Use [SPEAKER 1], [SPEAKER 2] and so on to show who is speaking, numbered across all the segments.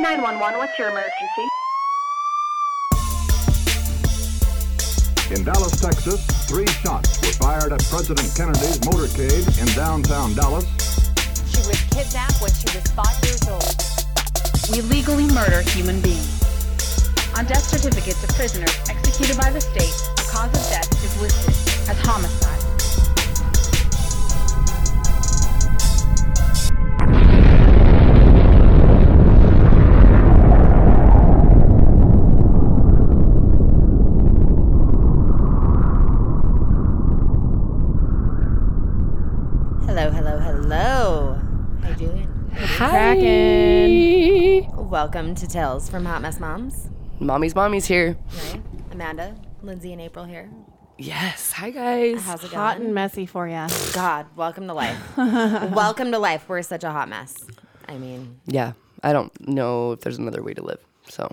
[SPEAKER 1] 911, what's your emergency?
[SPEAKER 2] In Dallas, Texas, three shots were fired at President Kennedy's motorcade in downtown Dallas.
[SPEAKER 3] She was kidnapped when she was five years old.
[SPEAKER 4] We legally murder human beings. On death certificates of prisoners executed by the state, the cause of death is listed as homicide. Hello, hello, hello. How you doing? Welcome to Tales from Hot Mess Moms.
[SPEAKER 5] Mommy's mommy's here.
[SPEAKER 4] Amanda, Lindsay, and April here.
[SPEAKER 5] Yes. Hi guys.
[SPEAKER 4] How's it
[SPEAKER 6] Hot
[SPEAKER 4] going?
[SPEAKER 6] and messy for you.
[SPEAKER 4] God, welcome to life. welcome to life. We're such a hot mess. I mean,
[SPEAKER 5] yeah. I don't know if there's another way to live. So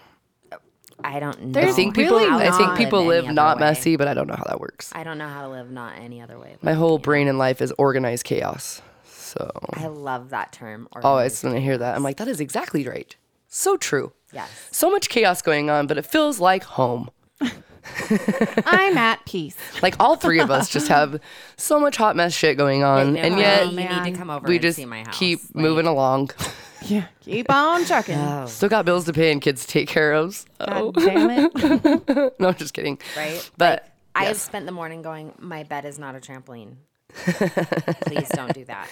[SPEAKER 4] I don't know.
[SPEAKER 5] I think people
[SPEAKER 6] really
[SPEAKER 5] I think
[SPEAKER 6] not
[SPEAKER 5] people
[SPEAKER 4] any
[SPEAKER 5] live
[SPEAKER 4] other
[SPEAKER 5] not
[SPEAKER 4] way.
[SPEAKER 5] messy, but I don't know how that works.
[SPEAKER 4] I don't know how to live not any other way.
[SPEAKER 5] My whole brain and life is organized chaos. So
[SPEAKER 4] I love that term. Or
[SPEAKER 5] always when I hear that, I'm like, that is exactly right. So true.
[SPEAKER 4] Yes.
[SPEAKER 5] So much chaos going on, but it feels like home.
[SPEAKER 6] I'm at peace.
[SPEAKER 5] Like all three of us just have so much hot mess shit going on, and yet
[SPEAKER 4] you need to come over
[SPEAKER 5] we
[SPEAKER 4] and
[SPEAKER 5] just
[SPEAKER 4] see my house.
[SPEAKER 5] keep moving along.
[SPEAKER 6] Yeah. Keep on chucking.
[SPEAKER 4] Oh.
[SPEAKER 5] Still got bills to pay and kids to take care of. so-
[SPEAKER 6] God damn it.
[SPEAKER 5] No, I'm just kidding.
[SPEAKER 4] Right?
[SPEAKER 5] But
[SPEAKER 4] I have spent the morning going, my bed is not a trampoline. Please don't do that.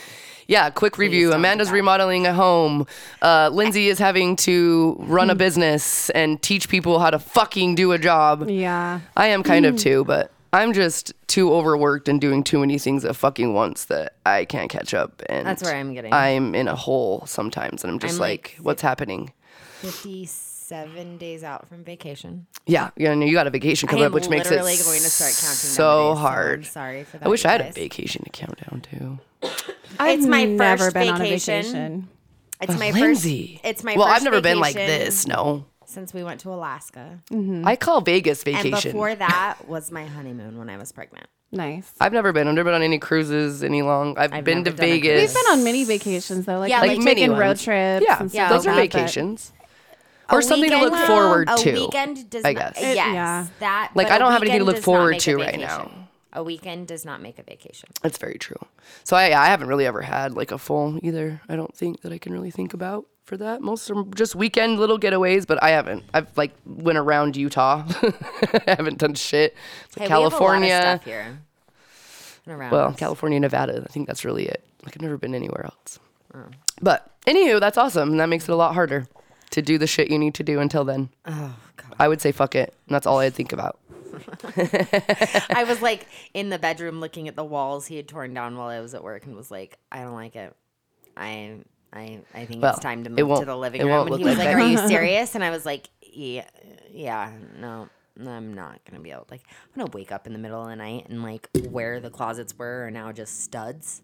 [SPEAKER 5] Yeah, quick review.
[SPEAKER 4] don't do
[SPEAKER 5] Amanda's
[SPEAKER 4] that.
[SPEAKER 5] remodeling a home. Uh, Lindsay is having to
[SPEAKER 4] Hmm.
[SPEAKER 5] run a business and teach people how to fucking do a job.
[SPEAKER 6] Yeah.
[SPEAKER 5] I am kind
[SPEAKER 4] Hmm.
[SPEAKER 5] of too, but I'm just too overworked and doing too many things at fucking once that I can't catch up. And
[SPEAKER 4] That's where I'm getting.
[SPEAKER 5] I'm in a hole sometimes, and I'm just
[SPEAKER 4] I'm
[SPEAKER 5] like,
[SPEAKER 4] like-
[SPEAKER 5] what's happening?
[SPEAKER 4] 57 days out from vacation.
[SPEAKER 5] Yeah, you know, you got a vacation
[SPEAKER 4] I
[SPEAKER 5] coming up,
[SPEAKER 4] am
[SPEAKER 5] which makes it
[SPEAKER 4] literally going to start counting down the
[SPEAKER 5] so
[SPEAKER 4] days, so I'm
[SPEAKER 5] hard.
[SPEAKER 4] sorry for
[SPEAKER 5] I
[SPEAKER 4] that,
[SPEAKER 5] wish
[SPEAKER 4] you
[SPEAKER 5] I had a
[SPEAKER 4] guys.
[SPEAKER 5] vacation to count down to.
[SPEAKER 6] I've
[SPEAKER 4] It's my
[SPEAKER 6] never
[SPEAKER 4] first
[SPEAKER 6] been on a
[SPEAKER 4] vacation.
[SPEAKER 6] vacation.
[SPEAKER 4] It's my
[SPEAKER 5] Lindsay,
[SPEAKER 4] first. It's my
[SPEAKER 5] well,
[SPEAKER 4] first
[SPEAKER 5] I've never been like
[SPEAKER 4] vacation
[SPEAKER 5] this. No,
[SPEAKER 4] since we went to Alaska.
[SPEAKER 5] Mm-hmm. I call Vegas vacation.
[SPEAKER 4] And before that was my honeymoon when I was pregnant.
[SPEAKER 6] Nice.
[SPEAKER 5] I've never been. I've never been on any cruises any long. I've,
[SPEAKER 4] I've
[SPEAKER 5] been to
[SPEAKER 4] never done a cruise.
[SPEAKER 5] Vegas.
[SPEAKER 6] We've been on mini vacations though, like,
[SPEAKER 4] Yeah,
[SPEAKER 6] like,
[SPEAKER 4] like
[SPEAKER 5] mini
[SPEAKER 6] taking road
[SPEAKER 5] ones.
[SPEAKER 6] trips.
[SPEAKER 5] Yeah,
[SPEAKER 6] and stuff
[SPEAKER 5] those are
[SPEAKER 6] like that, but-
[SPEAKER 5] vacations.
[SPEAKER 4] A
[SPEAKER 5] Or something to
[SPEAKER 4] weekend-
[SPEAKER 5] look forward
[SPEAKER 4] a
[SPEAKER 5] to,
[SPEAKER 4] weekend does
[SPEAKER 5] I
[SPEAKER 4] not-
[SPEAKER 5] guess.
[SPEAKER 4] yes,
[SPEAKER 6] Yeah.
[SPEAKER 4] that.
[SPEAKER 5] Like,
[SPEAKER 4] but
[SPEAKER 5] I
[SPEAKER 4] a
[SPEAKER 5] don't have anything
[SPEAKER 4] weekend
[SPEAKER 5] to look
[SPEAKER 4] does not
[SPEAKER 5] forward
[SPEAKER 4] make a
[SPEAKER 5] to right
[SPEAKER 4] vacation. A weekend does not make a vacation.
[SPEAKER 5] That's very true. So I, I haven't really ever had like a full either. I don't think that I can really think about for that. Most are just weekend little getaways, but I haven't. I've like went around Utah. I haven't done shit. It's like
[SPEAKER 4] Hey,
[SPEAKER 5] California.
[SPEAKER 4] we have a lot of stuff here. And around.
[SPEAKER 5] Well, California, Nevada. I think that's really it. Like I've never been anywhere else.
[SPEAKER 4] Oh.
[SPEAKER 5] But anywho, that's awesome. and That makes it a lot harder to do the shit you need to do until then.
[SPEAKER 4] oh god.
[SPEAKER 5] I would say fuck it. And that's all I'd think about.
[SPEAKER 4] I was like in the bedroom looking at the walls he had torn down while I was at work, and was like, I don't like it. I I I think
[SPEAKER 5] Well,
[SPEAKER 4] it's time to
[SPEAKER 5] it
[SPEAKER 4] move
[SPEAKER 5] won't-
[SPEAKER 4] to the living
[SPEAKER 5] it
[SPEAKER 4] room.
[SPEAKER 5] won't
[SPEAKER 4] And he
[SPEAKER 5] look
[SPEAKER 4] was
[SPEAKER 5] like
[SPEAKER 4] like,
[SPEAKER 5] that.
[SPEAKER 4] Are you serious? And I was like, Yeah, yeah, no. I'm not gonna be able like I'm gonna wake up in the middle of the night and like where the closets were are now just studs.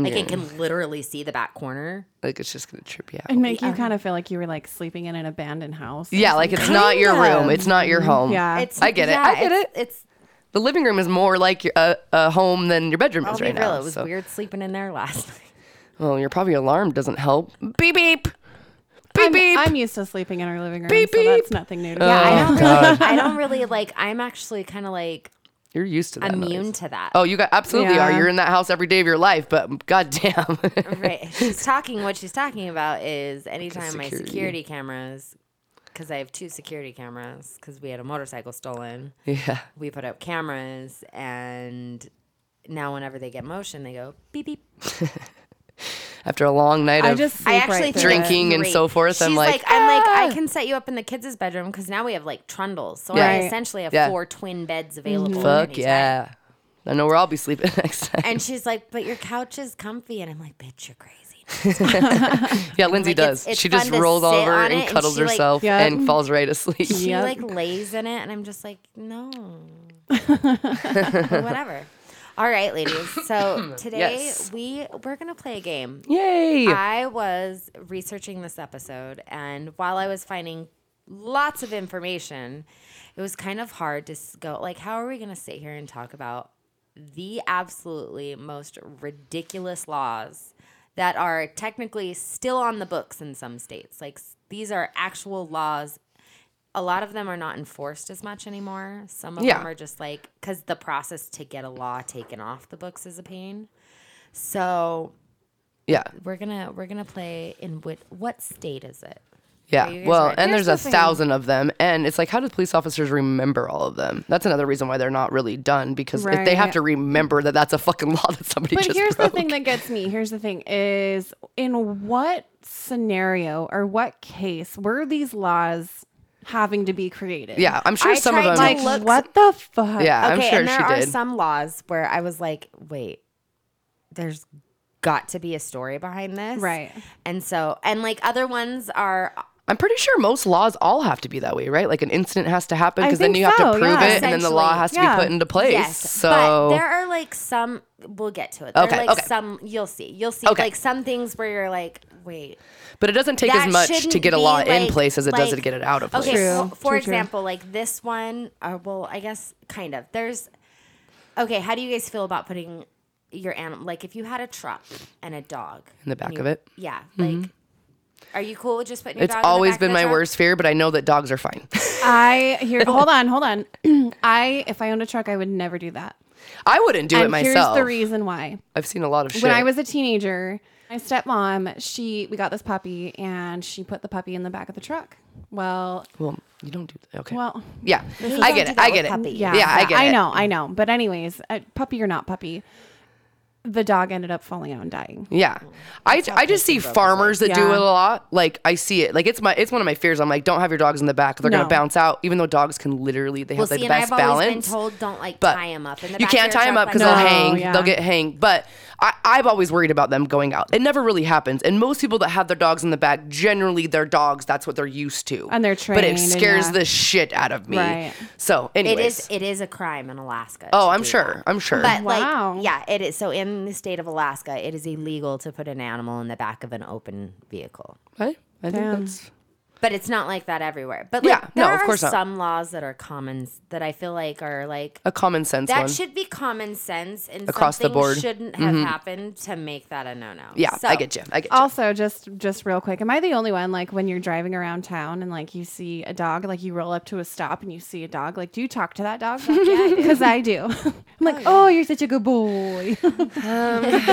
[SPEAKER 4] Like I can literally see the back corner.
[SPEAKER 5] Like it's just gonna trip you out.
[SPEAKER 6] And make you kind of feel like you were like sleeping in an abandoned house.
[SPEAKER 5] Yeah, like it's not your room. It's not your home.
[SPEAKER 6] Yeah.
[SPEAKER 4] It's
[SPEAKER 5] I get it.
[SPEAKER 4] yeah,
[SPEAKER 5] I get
[SPEAKER 4] it's-
[SPEAKER 5] it.
[SPEAKER 4] It's
[SPEAKER 5] The living room is more like your, a, a home than your bedroom
[SPEAKER 6] Oh,
[SPEAKER 4] I'll
[SPEAKER 5] is
[SPEAKER 4] be
[SPEAKER 5] right
[SPEAKER 4] real.
[SPEAKER 5] now.
[SPEAKER 4] it was
[SPEAKER 5] so.
[SPEAKER 4] weird sleeping in there last night.
[SPEAKER 5] Well, your probably alarm doesn't help. Beep beep. Beep
[SPEAKER 6] I'm,
[SPEAKER 5] beep.
[SPEAKER 6] I'm used to sleeping in our living room,
[SPEAKER 5] Beep,
[SPEAKER 6] so
[SPEAKER 5] beep.
[SPEAKER 6] that's
[SPEAKER 5] Oh,
[SPEAKER 6] nothing new to
[SPEAKER 4] Yeah,
[SPEAKER 6] me.
[SPEAKER 4] I don't really. I don't really like. I'm actually kind of like
[SPEAKER 5] You're used to that.
[SPEAKER 4] immune
[SPEAKER 5] noise.
[SPEAKER 4] to that.
[SPEAKER 5] Oh, you got absolutely are.
[SPEAKER 6] Yeah.
[SPEAKER 5] You're in that house every day of your life, but goddamn.
[SPEAKER 4] right. She's talking. What she's talking about is anytime my
[SPEAKER 5] security.
[SPEAKER 4] security cameras, because I have two security cameras, because we had a motorcycle stolen.
[SPEAKER 5] yeah.
[SPEAKER 4] We put up cameras, and now whenever they get motion, they go beep beep.
[SPEAKER 5] After a long night
[SPEAKER 6] I
[SPEAKER 5] of
[SPEAKER 6] just
[SPEAKER 4] I
[SPEAKER 6] sleep
[SPEAKER 4] actually
[SPEAKER 6] right
[SPEAKER 4] think
[SPEAKER 6] through it.
[SPEAKER 5] Drinking. and
[SPEAKER 4] great.
[SPEAKER 5] so forth,
[SPEAKER 4] She's
[SPEAKER 5] I'm like, "Ah."
[SPEAKER 4] I'm like, I can set you up in the kids' bedroom because now we have like trundles, so I
[SPEAKER 5] Yeah.
[SPEAKER 4] essentially have
[SPEAKER 5] Yeah. Mm-hmm.
[SPEAKER 4] four twin beds available. at
[SPEAKER 5] Fuck
[SPEAKER 4] any time.
[SPEAKER 5] yeah. I know where I'll be sleeping next time.
[SPEAKER 4] And she's like, but your couch is comfy, and I'm like, bitch, you're crazy.
[SPEAKER 5] yeah, Lindsay
[SPEAKER 4] like, it's-
[SPEAKER 5] does.
[SPEAKER 4] it's
[SPEAKER 5] she just
[SPEAKER 4] fun to
[SPEAKER 5] rolls
[SPEAKER 4] sit
[SPEAKER 5] over
[SPEAKER 4] on
[SPEAKER 5] and,
[SPEAKER 4] it and
[SPEAKER 5] cuddles
[SPEAKER 4] she, like-
[SPEAKER 5] herself
[SPEAKER 6] Yeah.
[SPEAKER 5] and falls right asleep.
[SPEAKER 4] she
[SPEAKER 6] Yep.
[SPEAKER 4] like lays in it and i'm just like no But whatever all right ladies so today
[SPEAKER 5] Yes.
[SPEAKER 4] we we're gonna play a game
[SPEAKER 5] Yay.
[SPEAKER 4] i was researching this episode and while i was finding lots of information it was kind of hard to s- go like how are we gonna sit here and talk about the absolutely most ridiculous laws that are technically still on the books in some states like s- These are actual laws. A lot of them are not enforced as much anymore. Some of
[SPEAKER 5] Yeah.
[SPEAKER 4] them are just like because the process to get a law taken off the books is a pain. So
[SPEAKER 5] Yeah.
[SPEAKER 4] we're gonna we're gonna play in what what state is it?
[SPEAKER 5] Yeah.
[SPEAKER 4] you guys
[SPEAKER 5] Well,
[SPEAKER 4] ready?
[SPEAKER 5] and
[SPEAKER 6] Here's
[SPEAKER 5] there's a
[SPEAKER 6] the thing.
[SPEAKER 5] thousand of them. And it's like, how do police officers remember all of them? That's another reason why they're not really done because if they have
[SPEAKER 6] Right.
[SPEAKER 5] to remember that that's a fucking law that somebody
[SPEAKER 6] But
[SPEAKER 5] just
[SPEAKER 6] here's
[SPEAKER 5] broke.
[SPEAKER 6] the thing that gets me. Here's the thing is in what scenario or what case were these laws having to be created?
[SPEAKER 5] Yeah. I'm sure
[SPEAKER 4] I
[SPEAKER 5] some of
[SPEAKER 4] tried
[SPEAKER 5] them.
[SPEAKER 4] to
[SPEAKER 6] Like
[SPEAKER 4] Look-
[SPEAKER 6] what the fuck?
[SPEAKER 5] yeah.
[SPEAKER 4] okay,
[SPEAKER 5] I'm sure
[SPEAKER 4] and there
[SPEAKER 5] she
[SPEAKER 4] are
[SPEAKER 5] did.
[SPEAKER 4] some laws where I was like, wait, there's got to be a story behind this,
[SPEAKER 6] Right.
[SPEAKER 4] And so, and like other ones are
[SPEAKER 5] I'm pretty sure most laws all have to be that way, right? Like an incident has to happen
[SPEAKER 6] I
[SPEAKER 5] because then
[SPEAKER 6] think
[SPEAKER 5] you have to
[SPEAKER 6] so,
[SPEAKER 5] prove
[SPEAKER 6] yeah.
[SPEAKER 5] it, and then the law
[SPEAKER 4] Essentially,
[SPEAKER 5] has to
[SPEAKER 6] yeah.
[SPEAKER 5] be put into place.
[SPEAKER 4] yes,
[SPEAKER 5] so
[SPEAKER 4] but there are like some. We'll get to it. There
[SPEAKER 5] Okay,
[SPEAKER 4] are like
[SPEAKER 5] okay.
[SPEAKER 4] some you'll see, you'll see
[SPEAKER 5] Okay.
[SPEAKER 4] like some things where you're like, wait,
[SPEAKER 5] But it doesn't take
[SPEAKER 4] that
[SPEAKER 5] as much to
[SPEAKER 4] shouldn't
[SPEAKER 5] get a
[SPEAKER 4] be,
[SPEAKER 5] law in
[SPEAKER 4] like-
[SPEAKER 5] place as it does
[SPEAKER 4] like-
[SPEAKER 5] to get it out of place.
[SPEAKER 4] Okay,
[SPEAKER 6] True,
[SPEAKER 4] well, for
[SPEAKER 6] true, true.
[SPEAKER 4] example, like this one, uh, well, I guess kind of. There's okay. How do you guys feel about putting your animal? Like, if you had a truck and a dog
[SPEAKER 5] In the
[SPEAKER 4] and
[SPEAKER 5] back
[SPEAKER 4] you-
[SPEAKER 5] of it? Mm-hmm.
[SPEAKER 4] yeah. Like, are you cool with just putting? Your
[SPEAKER 5] It's
[SPEAKER 4] dog in the
[SPEAKER 5] always
[SPEAKER 4] back of
[SPEAKER 5] been
[SPEAKER 4] the
[SPEAKER 5] my
[SPEAKER 4] truck?
[SPEAKER 5] worst fear, but I know that dogs are fine.
[SPEAKER 6] I here hold on, hold on. I if I owned a truck I would never do that.
[SPEAKER 5] I wouldn't do it
[SPEAKER 6] and
[SPEAKER 5] myself.
[SPEAKER 6] here's the reason why.
[SPEAKER 5] I've seen a lot of shit.
[SPEAKER 6] When I was a teenager, my stepmom, she we got this puppy and she put the puppy in the back of the truck. Well,
[SPEAKER 5] well, you don't do that. Okay.
[SPEAKER 6] well,
[SPEAKER 5] yeah, I
[SPEAKER 4] don't
[SPEAKER 5] get
[SPEAKER 4] do
[SPEAKER 5] it.
[SPEAKER 4] that
[SPEAKER 5] I
[SPEAKER 4] with
[SPEAKER 5] get it.
[SPEAKER 4] puppies.
[SPEAKER 5] Yeah, I get it.
[SPEAKER 6] I know, I know. But anyways, uh, puppy or not puppy, the dog ended up falling out and dying.
[SPEAKER 5] Yeah, I, I just see farmers that do
[SPEAKER 6] Yeah.
[SPEAKER 5] it a lot. Like I see it. Like it's my it's one of my fears. I'm like, don't have your dogs in the back. They're gonna
[SPEAKER 6] No.
[SPEAKER 5] bounce out. Even though dogs can literally they
[SPEAKER 4] Well,
[SPEAKER 5] have like,
[SPEAKER 4] see,
[SPEAKER 5] the
[SPEAKER 4] and
[SPEAKER 5] best
[SPEAKER 4] I've always
[SPEAKER 5] balance.
[SPEAKER 4] been told don't like
[SPEAKER 5] but
[SPEAKER 4] tie them up in the
[SPEAKER 5] you
[SPEAKER 4] back of
[SPEAKER 5] can't
[SPEAKER 4] your
[SPEAKER 5] tie them
[SPEAKER 4] truck, like-
[SPEAKER 5] up because
[SPEAKER 6] No,
[SPEAKER 5] they'll hang.
[SPEAKER 6] yeah.
[SPEAKER 5] They'll get hanged. But I, I've always worried about them going out. It never really happens. And most people that have their dogs in the back, generally their dogs, that's what they're used to.
[SPEAKER 6] And they're
[SPEAKER 5] But it
[SPEAKER 6] trained and
[SPEAKER 5] scares
[SPEAKER 6] yeah.
[SPEAKER 5] the shit out of me.
[SPEAKER 6] Right.
[SPEAKER 5] So,
[SPEAKER 4] It
[SPEAKER 5] anyways,
[SPEAKER 4] is. It is a crime in Alaska.
[SPEAKER 5] oh,
[SPEAKER 4] to
[SPEAKER 5] I'm
[SPEAKER 4] do
[SPEAKER 5] sure.
[SPEAKER 4] that.
[SPEAKER 5] I'm sure.
[SPEAKER 4] But
[SPEAKER 6] Wow.
[SPEAKER 4] like, yeah, it is. So in the state of Alaska, it is illegal to put an animal in the back of an open vehicle.
[SPEAKER 5] I, I think
[SPEAKER 6] Damn.
[SPEAKER 5] that's
[SPEAKER 4] But it's not like that everywhere. But like,
[SPEAKER 5] Yeah, no,
[SPEAKER 4] there
[SPEAKER 5] of
[SPEAKER 4] are
[SPEAKER 5] course not.
[SPEAKER 4] some laws that are common s- that I feel like are like
[SPEAKER 5] a common sense
[SPEAKER 4] that
[SPEAKER 5] one.
[SPEAKER 4] should be common sense and
[SPEAKER 5] Across the
[SPEAKER 4] something
[SPEAKER 5] board. Mm-hmm.
[SPEAKER 4] shouldn't have happened to make that a no no.
[SPEAKER 5] yeah, I get you. I get you.
[SPEAKER 4] Oh,
[SPEAKER 6] Also, just just real quick, am I the only one like when you're driving around town and like you see a dog, like you roll up to a stop and you see a dog, like do you talk to that dog? Because I do. I'm like, oh, you're such a good boy.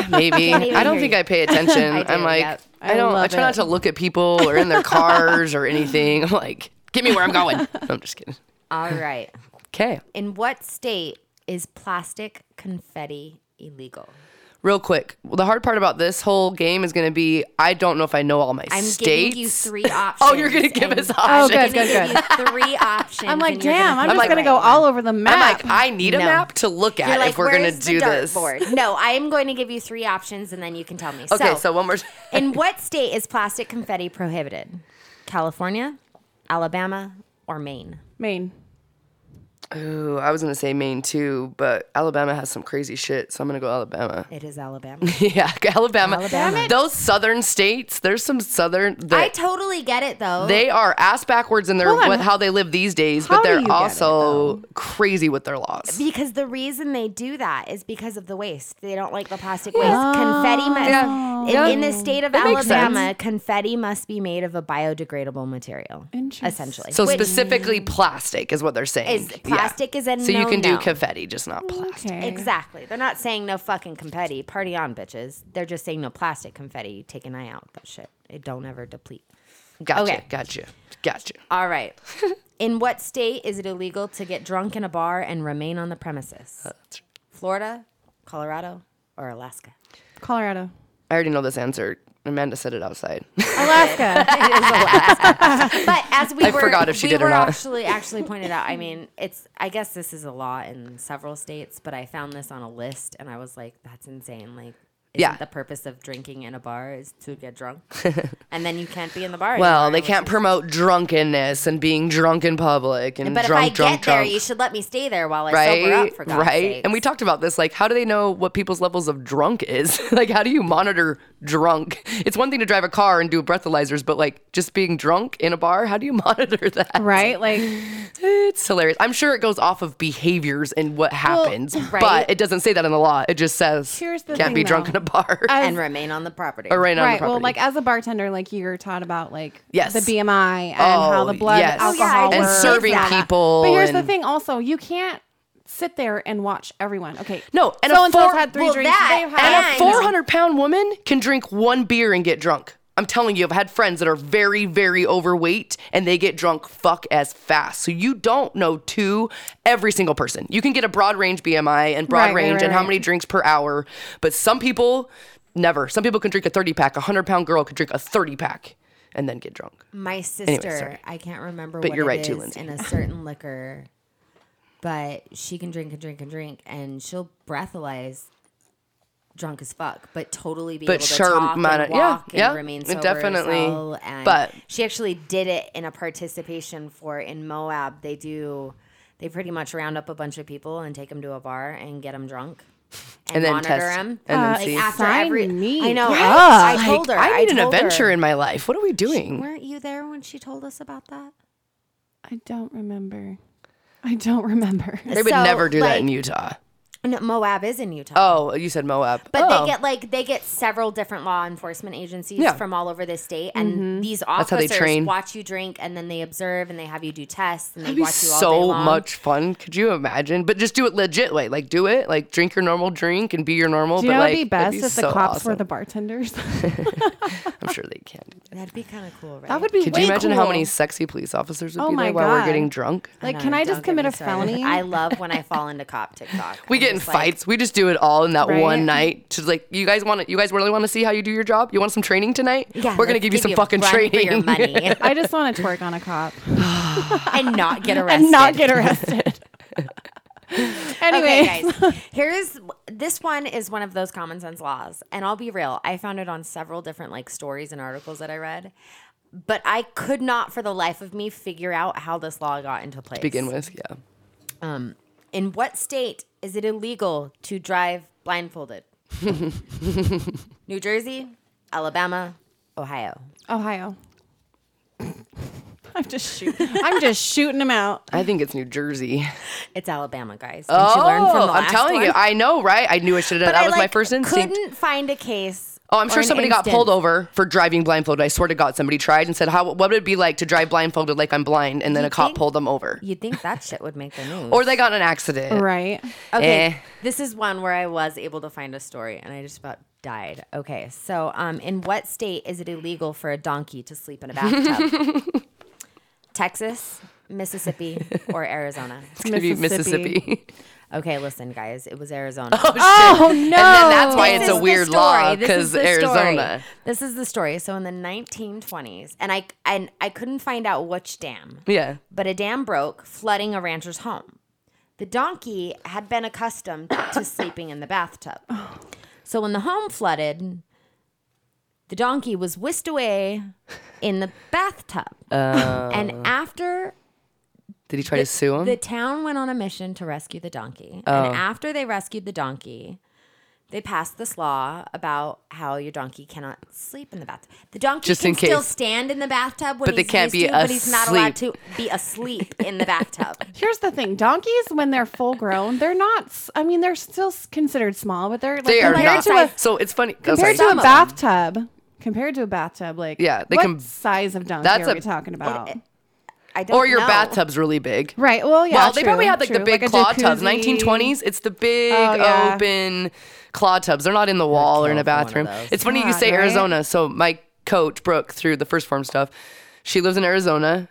[SPEAKER 5] Maybe I don't think I pay attention.
[SPEAKER 4] I do,
[SPEAKER 5] I'm like
[SPEAKER 4] yep.
[SPEAKER 5] I,
[SPEAKER 6] I
[SPEAKER 5] don't. I
[SPEAKER 6] love
[SPEAKER 5] try not
[SPEAKER 6] it.
[SPEAKER 5] to look at people or in their cars or anything. I'm like, get me where I'm going. I'm just kidding.
[SPEAKER 4] All right.
[SPEAKER 5] Okay.
[SPEAKER 4] In what state is plastic confetti illegal?
[SPEAKER 5] Real quick, the hard part about this whole game is going to be I don't know if I know all my
[SPEAKER 4] I'm
[SPEAKER 5] states.
[SPEAKER 4] giving you three options.
[SPEAKER 5] oh, you're going to give
[SPEAKER 4] and
[SPEAKER 5] us
[SPEAKER 6] Oh,
[SPEAKER 5] options.
[SPEAKER 6] good,
[SPEAKER 4] I'm
[SPEAKER 6] good,
[SPEAKER 4] gonna
[SPEAKER 6] good.
[SPEAKER 4] give you three options.
[SPEAKER 6] I'm like,
[SPEAKER 4] and you're
[SPEAKER 6] damn, I'm
[SPEAKER 4] pick
[SPEAKER 6] just
[SPEAKER 5] like-
[SPEAKER 4] the
[SPEAKER 6] gonna go
[SPEAKER 4] right
[SPEAKER 6] all over the
[SPEAKER 5] I'm
[SPEAKER 6] map.
[SPEAKER 5] like, I need a
[SPEAKER 4] No.
[SPEAKER 5] map to look at
[SPEAKER 4] You're like,
[SPEAKER 5] if we're going
[SPEAKER 4] "Where's
[SPEAKER 5] to
[SPEAKER 4] the
[SPEAKER 5] do this.
[SPEAKER 4] dartboard?" No, I am going to give you three options and then you can tell me.
[SPEAKER 5] Okay, so, one more.
[SPEAKER 4] In what state is plastic confetti prohibited? California, Alabama, or Maine?
[SPEAKER 6] Maine.
[SPEAKER 5] Ooh, I was going to say Maine too, but Alabama has some crazy shit, so I'm going to go Alabama.
[SPEAKER 4] It is Alabama.
[SPEAKER 5] yeah, Alabama.
[SPEAKER 4] Alabama.
[SPEAKER 5] Those southern states, there's some southern. that-
[SPEAKER 4] I totally get it though.
[SPEAKER 5] they are ass backwards in their
[SPEAKER 6] Hold on.
[SPEAKER 5] what, how they live these days,
[SPEAKER 6] How
[SPEAKER 5] but
[SPEAKER 6] do
[SPEAKER 5] they're
[SPEAKER 6] you get it,
[SPEAKER 5] also crazy with their laws.
[SPEAKER 4] because the reason they do that is because of the waste. They don't like the plastic waste. Confetti must
[SPEAKER 5] Yeah.
[SPEAKER 4] in,
[SPEAKER 5] Yeah.
[SPEAKER 4] in the state of
[SPEAKER 5] makes
[SPEAKER 4] Alabama, confetti must be made of a biodegradable material.
[SPEAKER 6] Interesting.
[SPEAKER 4] Essentially.
[SPEAKER 5] So
[SPEAKER 4] Which
[SPEAKER 5] specifically plastic is what they're saying.
[SPEAKER 4] Is- plastic is a
[SPEAKER 5] So you can do
[SPEAKER 4] no-no.
[SPEAKER 5] confetti, just not plastic.
[SPEAKER 6] Okay.
[SPEAKER 4] Exactly. They're not saying no fucking confetti. Party on, bitches. They're just saying no plastic confetti. Take an eye out. That shit. It don't ever deplete.
[SPEAKER 5] Gotcha,
[SPEAKER 4] Okay.
[SPEAKER 5] gotcha, gotcha.
[SPEAKER 4] All right. in what state is it illegal to get drunk in a bar and remain on the
[SPEAKER 5] Uh,
[SPEAKER 4] premises? Florida, Colorado, or Alaska?
[SPEAKER 6] Colorado.
[SPEAKER 5] I already know this answer. Amanda said it outside.
[SPEAKER 6] Alaska.
[SPEAKER 4] It is Alaska. but as we
[SPEAKER 5] I
[SPEAKER 4] were,
[SPEAKER 5] forgot if she
[SPEAKER 4] we
[SPEAKER 5] did or
[SPEAKER 4] were
[SPEAKER 5] not.
[SPEAKER 4] actually actually pointed out. I mean, it's. I guess this is a law in several states, but I found this on a list, and I was like, "That's insane!" Like. Isn't
[SPEAKER 5] Yeah.
[SPEAKER 4] The purpose of drinking in a bar is to get drunk, and then you can't be in the bar.
[SPEAKER 5] well,
[SPEAKER 4] anymore,
[SPEAKER 5] they
[SPEAKER 4] which
[SPEAKER 5] can't
[SPEAKER 4] is-
[SPEAKER 5] promote drunkenness and being drunk in public and
[SPEAKER 4] But
[SPEAKER 5] drunk,
[SPEAKER 4] if I
[SPEAKER 5] drunk,
[SPEAKER 4] get there,
[SPEAKER 5] drunk.
[SPEAKER 4] you should let me stay there while I sober
[SPEAKER 5] right,
[SPEAKER 4] up. For God's
[SPEAKER 5] right.
[SPEAKER 4] sakes.
[SPEAKER 5] And we talked about this. Like, how do they know what people's levels of drunk is? like, how do you monitor drunk? It's one thing to drive a car and do breathalyzers, but like just being drunk in a bar, how do you monitor that?
[SPEAKER 6] right? Like
[SPEAKER 5] It's hilarious. I'm sure it goes off of behaviors and what happens,
[SPEAKER 4] right.
[SPEAKER 5] but it doesn't say that in the law. It just says
[SPEAKER 6] Here's the
[SPEAKER 5] can't
[SPEAKER 6] thing,
[SPEAKER 5] be drunk
[SPEAKER 6] though.
[SPEAKER 5] in a bar
[SPEAKER 6] As-
[SPEAKER 4] and remain on the property.
[SPEAKER 5] or right on the
[SPEAKER 6] right.
[SPEAKER 5] property.
[SPEAKER 6] Well, like as a bartender, like you're taught about like
[SPEAKER 5] Yes.
[SPEAKER 6] the BMI and how
[SPEAKER 5] Oh,
[SPEAKER 6] the blood
[SPEAKER 5] yes. Oh, yeah, I
[SPEAKER 6] alcohol
[SPEAKER 5] did And
[SPEAKER 6] works.
[SPEAKER 5] serving
[SPEAKER 6] Yeah.
[SPEAKER 5] people
[SPEAKER 6] But here's the
[SPEAKER 5] and-
[SPEAKER 6] thing. Also, you can't sit there and watch everyone. Okay.
[SPEAKER 5] no, and
[SPEAKER 6] So
[SPEAKER 5] a
[SPEAKER 6] and so's
[SPEAKER 5] four,
[SPEAKER 6] had three
[SPEAKER 4] well,
[SPEAKER 6] drinks.
[SPEAKER 4] that
[SPEAKER 6] they've
[SPEAKER 4] and
[SPEAKER 6] had
[SPEAKER 5] and a
[SPEAKER 4] times.
[SPEAKER 5] four hundred pound woman can drink one beer and get drunk. I'm telling you, I've had friends that are very, very overweight and they get drunk fuck as fast. So you don't know two every single person. You can get a broad range BMI and broad
[SPEAKER 6] Right, right,
[SPEAKER 5] range
[SPEAKER 6] right,
[SPEAKER 5] and how
[SPEAKER 6] right.
[SPEAKER 5] many drinks per hour, but some people never. Some people can drink a thirty pack. A hundred pound girl could drink a thirty pack and then get drunk.
[SPEAKER 4] My sister,
[SPEAKER 5] sorry.
[SPEAKER 4] I can't remember
[SPEAKER 5] But
[SPEAKER 4] what
[SPEAKER 5] you're
[SPEAKER 4] it
[SPEAKER 5] right too,
[SPEAKER 4] is
[SPEAKER 5] Lindsay.
[SPEAKER 4] in a certain liquor, but she can drink and drink and drink, and she'll breathalyze drunk as fuck, but totally be
[SPEAKER 5] But
[SPEAKER 4] able to
[SPEAKER 5] sharp
[SPEAKER 4] talk
[SPEAKER 5] amount
[SPEAKER 4] and
[SPEAKER 5] of- yeah,
[SPEAKER 4] walk and
[SPEAKER 5] yeah,
[SPEAKER 4] remain
[SPEAKER 5] it
[SPEAKER 4] sober
[SPEAKER 5] definitely-
[SPEAKER 4] definitely, as hell. And
[SPEAKER 5] but-
[SPEAKER 4] she actually did it in a participation for in Moab. They do, they pretty much round up a bunch of people and take them to a bar and get them drunk. And,
[SPEAKER 5] And then
[SPEAKER 4] monitor
[SPEAKER 5] test-
[SPEAKER 4] them.
[SPEAKER 5] and then Uh, see.
[SPEAKER 4] like after
[SPEAKER 6] sign
[SPEAKER 4] every,
[SPEAKER 6] me
[SPEAKER 4] I know.
[SPEAKER 6] up.
[SPEAKER 4] I, I
[SPEAKER 5] Like,
[SPEAKER 4] told her.
[SPEAKER 5] I need an
[SPEAKER 4] told her.
[SPEAKER 5] adventure in my life. What are we doing?
[SPEAKER 4] Weren't you there when she told us about that?
[SPEAKER 6] I don't remember. I don't remember.
[SPEAKER 5] They would
[SPEAKER 4] So,
[SPEAKER 5] never do that in
[SPEAKER 4] like-
[SPEAKER 5] Utah.
[SPEAKER 4] No, Moab is in Utah.
[SPEAKER 5] Oh, you said Moab.
[SPEAKER 4] But
[SPEAKER 5] oh.
[SPEAKER 4] they get like they get several different law enforcement agencies
[SPEAKER 5] Yeah. Mm-hmm.
[SPEAKER 4] from all over the state, and these
[SPEAKER 5] how they
[SPEAKER 4] officers
[SPEAKER 5] train.
[SPEAKER 4] watch you drink, and then they observe, and they have you do tests, and they
[SPEAKER 5] It'd be
[SPEAKER 4] watch you all day
[SPEAKER 5] so
[SPEAKER 4] long.
[SPEAKER 5] much fun. Could you imagine? But just do it legit way. Like do it. Like drink your normal drink and be your normal.
[SPEAKER 6] Do you
[SPEAKER 5] but
[SPEAKER 6] know
[SPEAKER 5] like
[SPEAKER 6] what'd be best
[SPEAKER 5] it'd
[SPEAKER 6] if the
[SPEAKER 5] so
[SPEAKER 6] cops were
[SPEAKER 5] awesome.
[SPEAKER 6] the bartenders?
[SPEAKER 5] I'm sure they can. do that.
[SPEAKER 4] That'd be kind of cool, right?
[SPEAKER 6] that would be.
[SPEAKER 5] Could
[SPEAKER 6] way
[SPEAKER 5] you imagine how
[SPEAKER 6] cool.
[SPEAKER 5] many sexy police officers would
[SPEAKER 6] Oh
[SPEAKER 5] be
[SPEAKER 6] my
[SPEAKER 5] there while we're
[SPEAKER 6] God.
[SPEAKER 5] getting drunk?
[SPEAKER 6] Like,
[SPEAKER 4] No,
[SPEAKER 6] can I
[SPEAKER 4] don't
[SPEAKER 6] just
[SPEAKER 4] get me
[SPEAKER 6] commit a
[SPEAKER 4] started.
[SPEAKER 6] felony?
[SPEAKER 4] I love when I fall into cop TikTok.
[SPEAKER 5] We
[SPEAKER 4] I'm
[SPEAKER 5] get in
[SPEAKER 4] just like,
[SPEAKER 5] fights. we just do it all in that
[SPEAKER 6] Right?
[SPEAKER 5] one night. To like, you guys want to? You guys really want to see how you do your job? You want some training tonight?
[SPEAKER 4] yeah,
[SPEAKER 5] We're gonna
[SPEAKER 4] let's
[SPEAKER 5] give you some
[SPEAKER 4] a
[SPEAKER 5] fucking
[SPEAKER 4] run
[SPEAKER 5] training.
[SPEAKER 4] for your money
[SPEAKER 6] I just want to twerk on a cop
[SPEAKER 4] and not get arrested.
[SPEAKER 6] and not get arrested. anyway,
[SPEAKER 4] Okay, guys. Here's this one is one of those common sense laws, and I'll be real. I found it on several different like stories and articles that I read, but I could not for the life of me figure out how this law got into place.
[SPEAKER 5] Begin with, yeah.
[SPEAKER 4] Um, in what state is it illegal to drive blindfolded? New Jersey, Alabama, Ohio.
[SPEAKER 6] Ohio. I'm just shooting. I'm just shooting them out.
[SPEAKER 5] I think it's New Jersey.
[SPEAKER 4] It's Alabama, guys. Didn't you learn from the
[SPEAKER 5] Oh, I'm
[SPEAKER 4] last
[SPEAKER 5] telling you,
[SPEAKER 4] one?
[SPEAKER 5] I know, right? I knew I should have. That
[SPEAKER 4] I,
[SPEAKER 5] was my
[SPEAKER 4] like,
[SPEAKER 5] first instinct.
[SPEAKER 4] Couldn't find a case.
[SPEAKER 5] Oh, I'm
[SPEAKER 4] or
[SPEAKER 5] sure
[SPEAKER 4] an
[SPEAKER 5] somebody got pulled
[SPEAKER 4] instance.
[SPEAKER 5] over for driving blindfolded. I swear to God, somebody tried and said, "How? What would it be like to drive blindfolded like I'm blind?" And then
[SPEAKER 4] You
[SPEAKER 5] a cop
[SPEAKER 4] think?
[SPEAKER 5] pulled them over,
[SPEAKER 4] You'd think that shit would make the news.
[SPEAKER 5] or they got in an accident.
[SPEAKER 6] Right.
[SPEAKER 4] Okay.
[SPEAKER 5] Eh.
[SPEAKER 4] This is one where I was able to find a story and I just about died. Okay. So, um, in what state is it illegal for a donkey to sleep in a bathtub? Texas, Mississippi, or Arizona?
[SPEAKER 5] It's gonna be Mississippi.
[SPEAKER 4] Okay, listen, guys, it was Arizona.
[SPEAKER 6] Oh no. And
[SPEAKER 5] then that's why
[SPEAKER 4] This is
[SPEAKER 5] it's a
[SPEAKER 4] the
[SPEAKER 5] weird
[SPEAKER 4] story.
[SPEAKER 5] law,
[SPEAKER 4] This is
[SPEAKER 5] 'cause
[SPEAKER 4] the story.
[SPEAKER 5] Arizona.
[SPEAKER 4] This is the story. So in the 1920s, and I and I couldn't find out which dam.
[SPEAKER 5] Yeah.
[SPEAKER 4] But a dam broke, flooding a rancher's home. The donkey had been accustomed to sleeping in the bathtub. So when the home flooded, the donkey was whisked away in the bathtub. and after
[SPEAKER 5] Did he try to sue him?
[SPEAKER 4] the town went on a mission to rescue the donkey.
[SPEAKER 5] Oh.
[SPEAKER 4] And after they rescued the donkey, they passed this law about how your donkey cannot sleep in the bathtub. The donkey
[SPEAKER 5] Just
[SPEAKER 4] can
[SPEAKER 5] in
[SPEAKER 4] still
[SPEAKER 5] case.
[SPEAKER 4] stand in the bathtub when
[SPEAKER 5] But they
[SPEAKER 4] he's
[SPEAKER 5] can't
[SPEAKER 4] used
[SPEAKER 5] be
[SPEAKER 4] to, but he's not allowed
[SPEAKER 5] asleep.
[SPEAKER 4] to be asleep in the bathtub.
[SPEAKER 6] Here's the thing: donkeys, when they're full grown, they're not. s- I mean, they're still s- considered small, but they're like
[SPEAKER 5] they are
[SPEAKER 6] compared
[SPEAKER 5] not.
[SPEAKER 6] to a
[SPEAKER 5] so it's funny. I'm sorry.
[SPEAKER 6] compared to a
[SPEAKER 4] Some of
[SPEAKER 6] bathtub. Compared to a bathtub, like
[SPEAKER 5] Yeah, they
[SPEAKER 6] what
[SPEAKER 5] can-
[SPEAKER 6] size of donkey
[SPEAKER 5] That's
[SPEAKER 6] are
[SPEAKER 5] a- eh,
[SPEAKER 6] we talking about?
[SPEAKER 4] I don't
[SPEAKER 5] or your
[SPEAKER 4] know.
[SPEAKER 5] bathtub's really big.
[SPEAKER 6] right. Well, Oh, yeah.
[SPEAKER 5] well, they
[SPEAKER 6] true,
[SPEAKER 5] probably had like the
[SPEAKER 6] true.
[SPEAKER 5] big
[SPEAKER 6] a
[SPEAKER 5] claw tubs.
[SPEAKER 6] jacuzzi. Oh,
[SPEAKER 5] 1920s. It's the big
[SPEAKER 6] yeah.
[SPEAKER 5] open claw tubs. They're not in the wall or in
[SPEAKER 4] kill
[SPEAKER 5] a
[SPEAKER 4] for one of
[SPEAKER 5] bathroom.
[SPEAKER 4] those.
[SPEAKER 5] It's funny you
[SPEAKER 6] God,
[SPEAKER 5] say
[SPEAKER 6] right?
[SPEAKER 5] Arizona. So my coach Brooke through the first form stuff, she lives in Arizona.